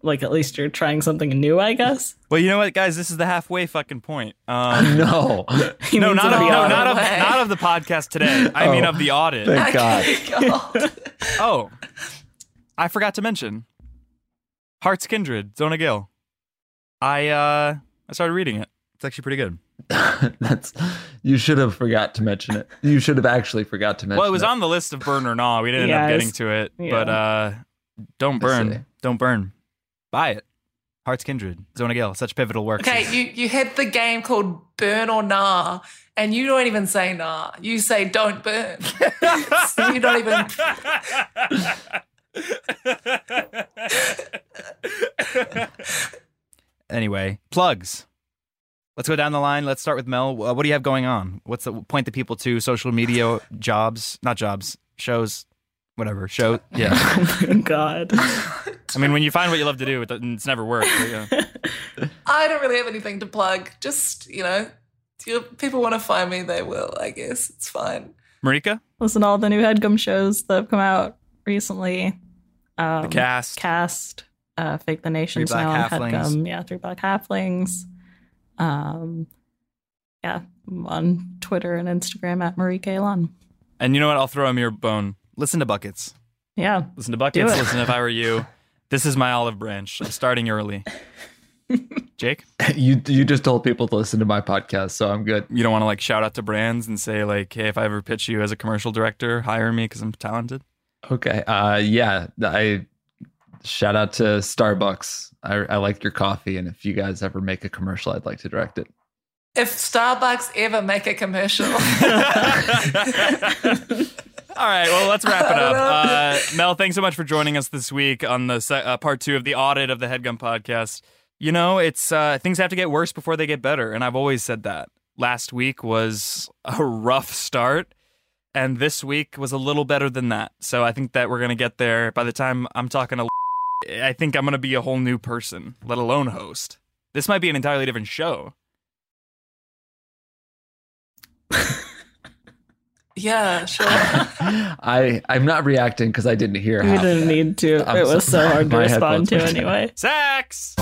[SPEAKER 6] like at least you're trying something new, I guess.
[SPEAKER 5] Well, you know what, guys, this is the halfway fucking point. Um,
[SPEAKER 4] no.
[SPEAKER 6] He
[SPEAKER 5] no,
[SPEAKER 6] means
[SPEAKER 5] not
[SPEAKER 6] it
[SPEAKER 5] of,
[SPEAKER 6] all.
[SPEAKER 5] no, not of,
[SPEAKER 7] Way.
[SPEAKER 5] not of the podcast today. I mean,
[SPEAKER 4] Oh.
[SPEAKER 5] of the audit.
[SPEAKER 4] Thank God.
[SPEAKER 7] God.
[SPEAKER 5] Oh, I forgot to mention Hearts Kindred, Zona Gill. I uh, I started reading it. It's actually pretty good.
[SPEAKER 4] That's you should have forgot to mention it. You should have actually forgot to mention.
[SPEAKER 5] Well, it was on the list of burn or nah. We didn't
[SPEAKER 6] Yeah,
[SPEAKER 5] end up
[SPEAKER 6] it's-
[SPEAKER 5] getting to it,
[SPEAKER 6] yeah.
[SPEAKER 5] but uh, don't
[SPEAKER 4] see.
[SPEAKER 5] burn, don't burn. Buy it. Hearts Kindred, Zona Gill, such pivotal works.
[SPEAKER 7] Okay, you, you had the game called Burn or Nah, and you don't even say nah. You say don't burn. you don't even
[SPEAKER 9] Anyway, plugs. Let's go down the line. Let's start with Mel. Uh, what do you have going on? What's the point the people to? Social media, jobs, not jobs, shows, whatever. Show. Yeah.
[SPEAKER 6] Oh my god.
[SPEAKER 9] I mean, when you find what you love to do, it doesn't- it's never work. but yeah.
[SPEAKER 7] I don't really have anything to plug. Just, you know, if you- people want to find me, they will, I guess. It's fine.
[SPEAKER 9] Marika,
[SPEAKER 6] Listen to all the new headgum shows that have come out recently. Um,
[SPEAKER 9] the cast.
[SPEAKER 6] Cast, uh, Fake the Nation's
[SPEAKER 9] Black
[SPEAKER 6] now on
[SPEAKER 9] Halflings.
[SPEAKER 6] Headgum. Yeah, Three Black Halflings. Um, yeah, I'm on Twitter and Instagram at Marie Kalon.
[SPEAKER 9] and you know what? I'll throw him your bone. Listen to buckets.
[SPEAKER 6] Yeah,
[SPEAKER 9] Listen to buckets.
[SPEAKER 6] it.
[SPEAKER 9] Listen if I were you. This is my olive branch. I'm starting early. Jake,
[SPEAKER 4] you you just told people to listen to my podcast, so I'm good.
[SPEAKER 9] you don't want to like shout out to brands and say like, hey, if I ever pitch you as a commercial director, hire me because I'm talented.
[SPEAKER 4] Okay. Uh, yeah. I shout out to Starbucks. I, I like your coffee, and if you guys ever make a commercial, I'd like to direct it.
[SPEAKER 7] If Starbucks ever make a commercial,
[SPEAKER 9] All right, well, let's wrap it
[SPEAKER 7] I
[SPEAKER 9] up.
[SPEAKER 7] don't
[SPEAKER 9] Uh, Mel, thanks so much for joining us this week on the se- uh, part two of the audit of the Headgum podcast. You know, it's uh, things have to get worse before they get better, and I've always said that. Last week was a rough start, and this week was a little better than that. So I think that we're gonna get there. By the time I'm talking to, I think I'm gonna be a whole new person, let alone host. This might be an entirely different show.
[SPEAKER 7] yeah, sure.
[SPEAKER 4] I I'm not reacting because I didn't hear.
[SPEAKER 6] you
[SPEAKER 4] half
[SPEAKER 6] didn't
[SPEAKER 4] that.
[SPEAKER 6] need to.
[SPEAKER 4] I'm
[SPEAKER 6] it was so
[SPEAKER 4] sorry.
[SPEAKER 6] hard to
[SPEAKER 4] My
[SPEAKER 6] respond to
[SPEAKER 4] headphones were-
[SPEAKER 6] anyway.
[SPEAKER 9] Sex.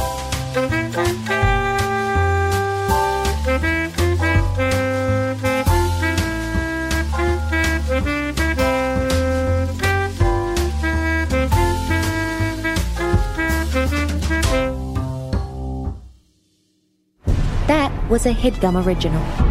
[SPEAKER 10] That was a headgum original.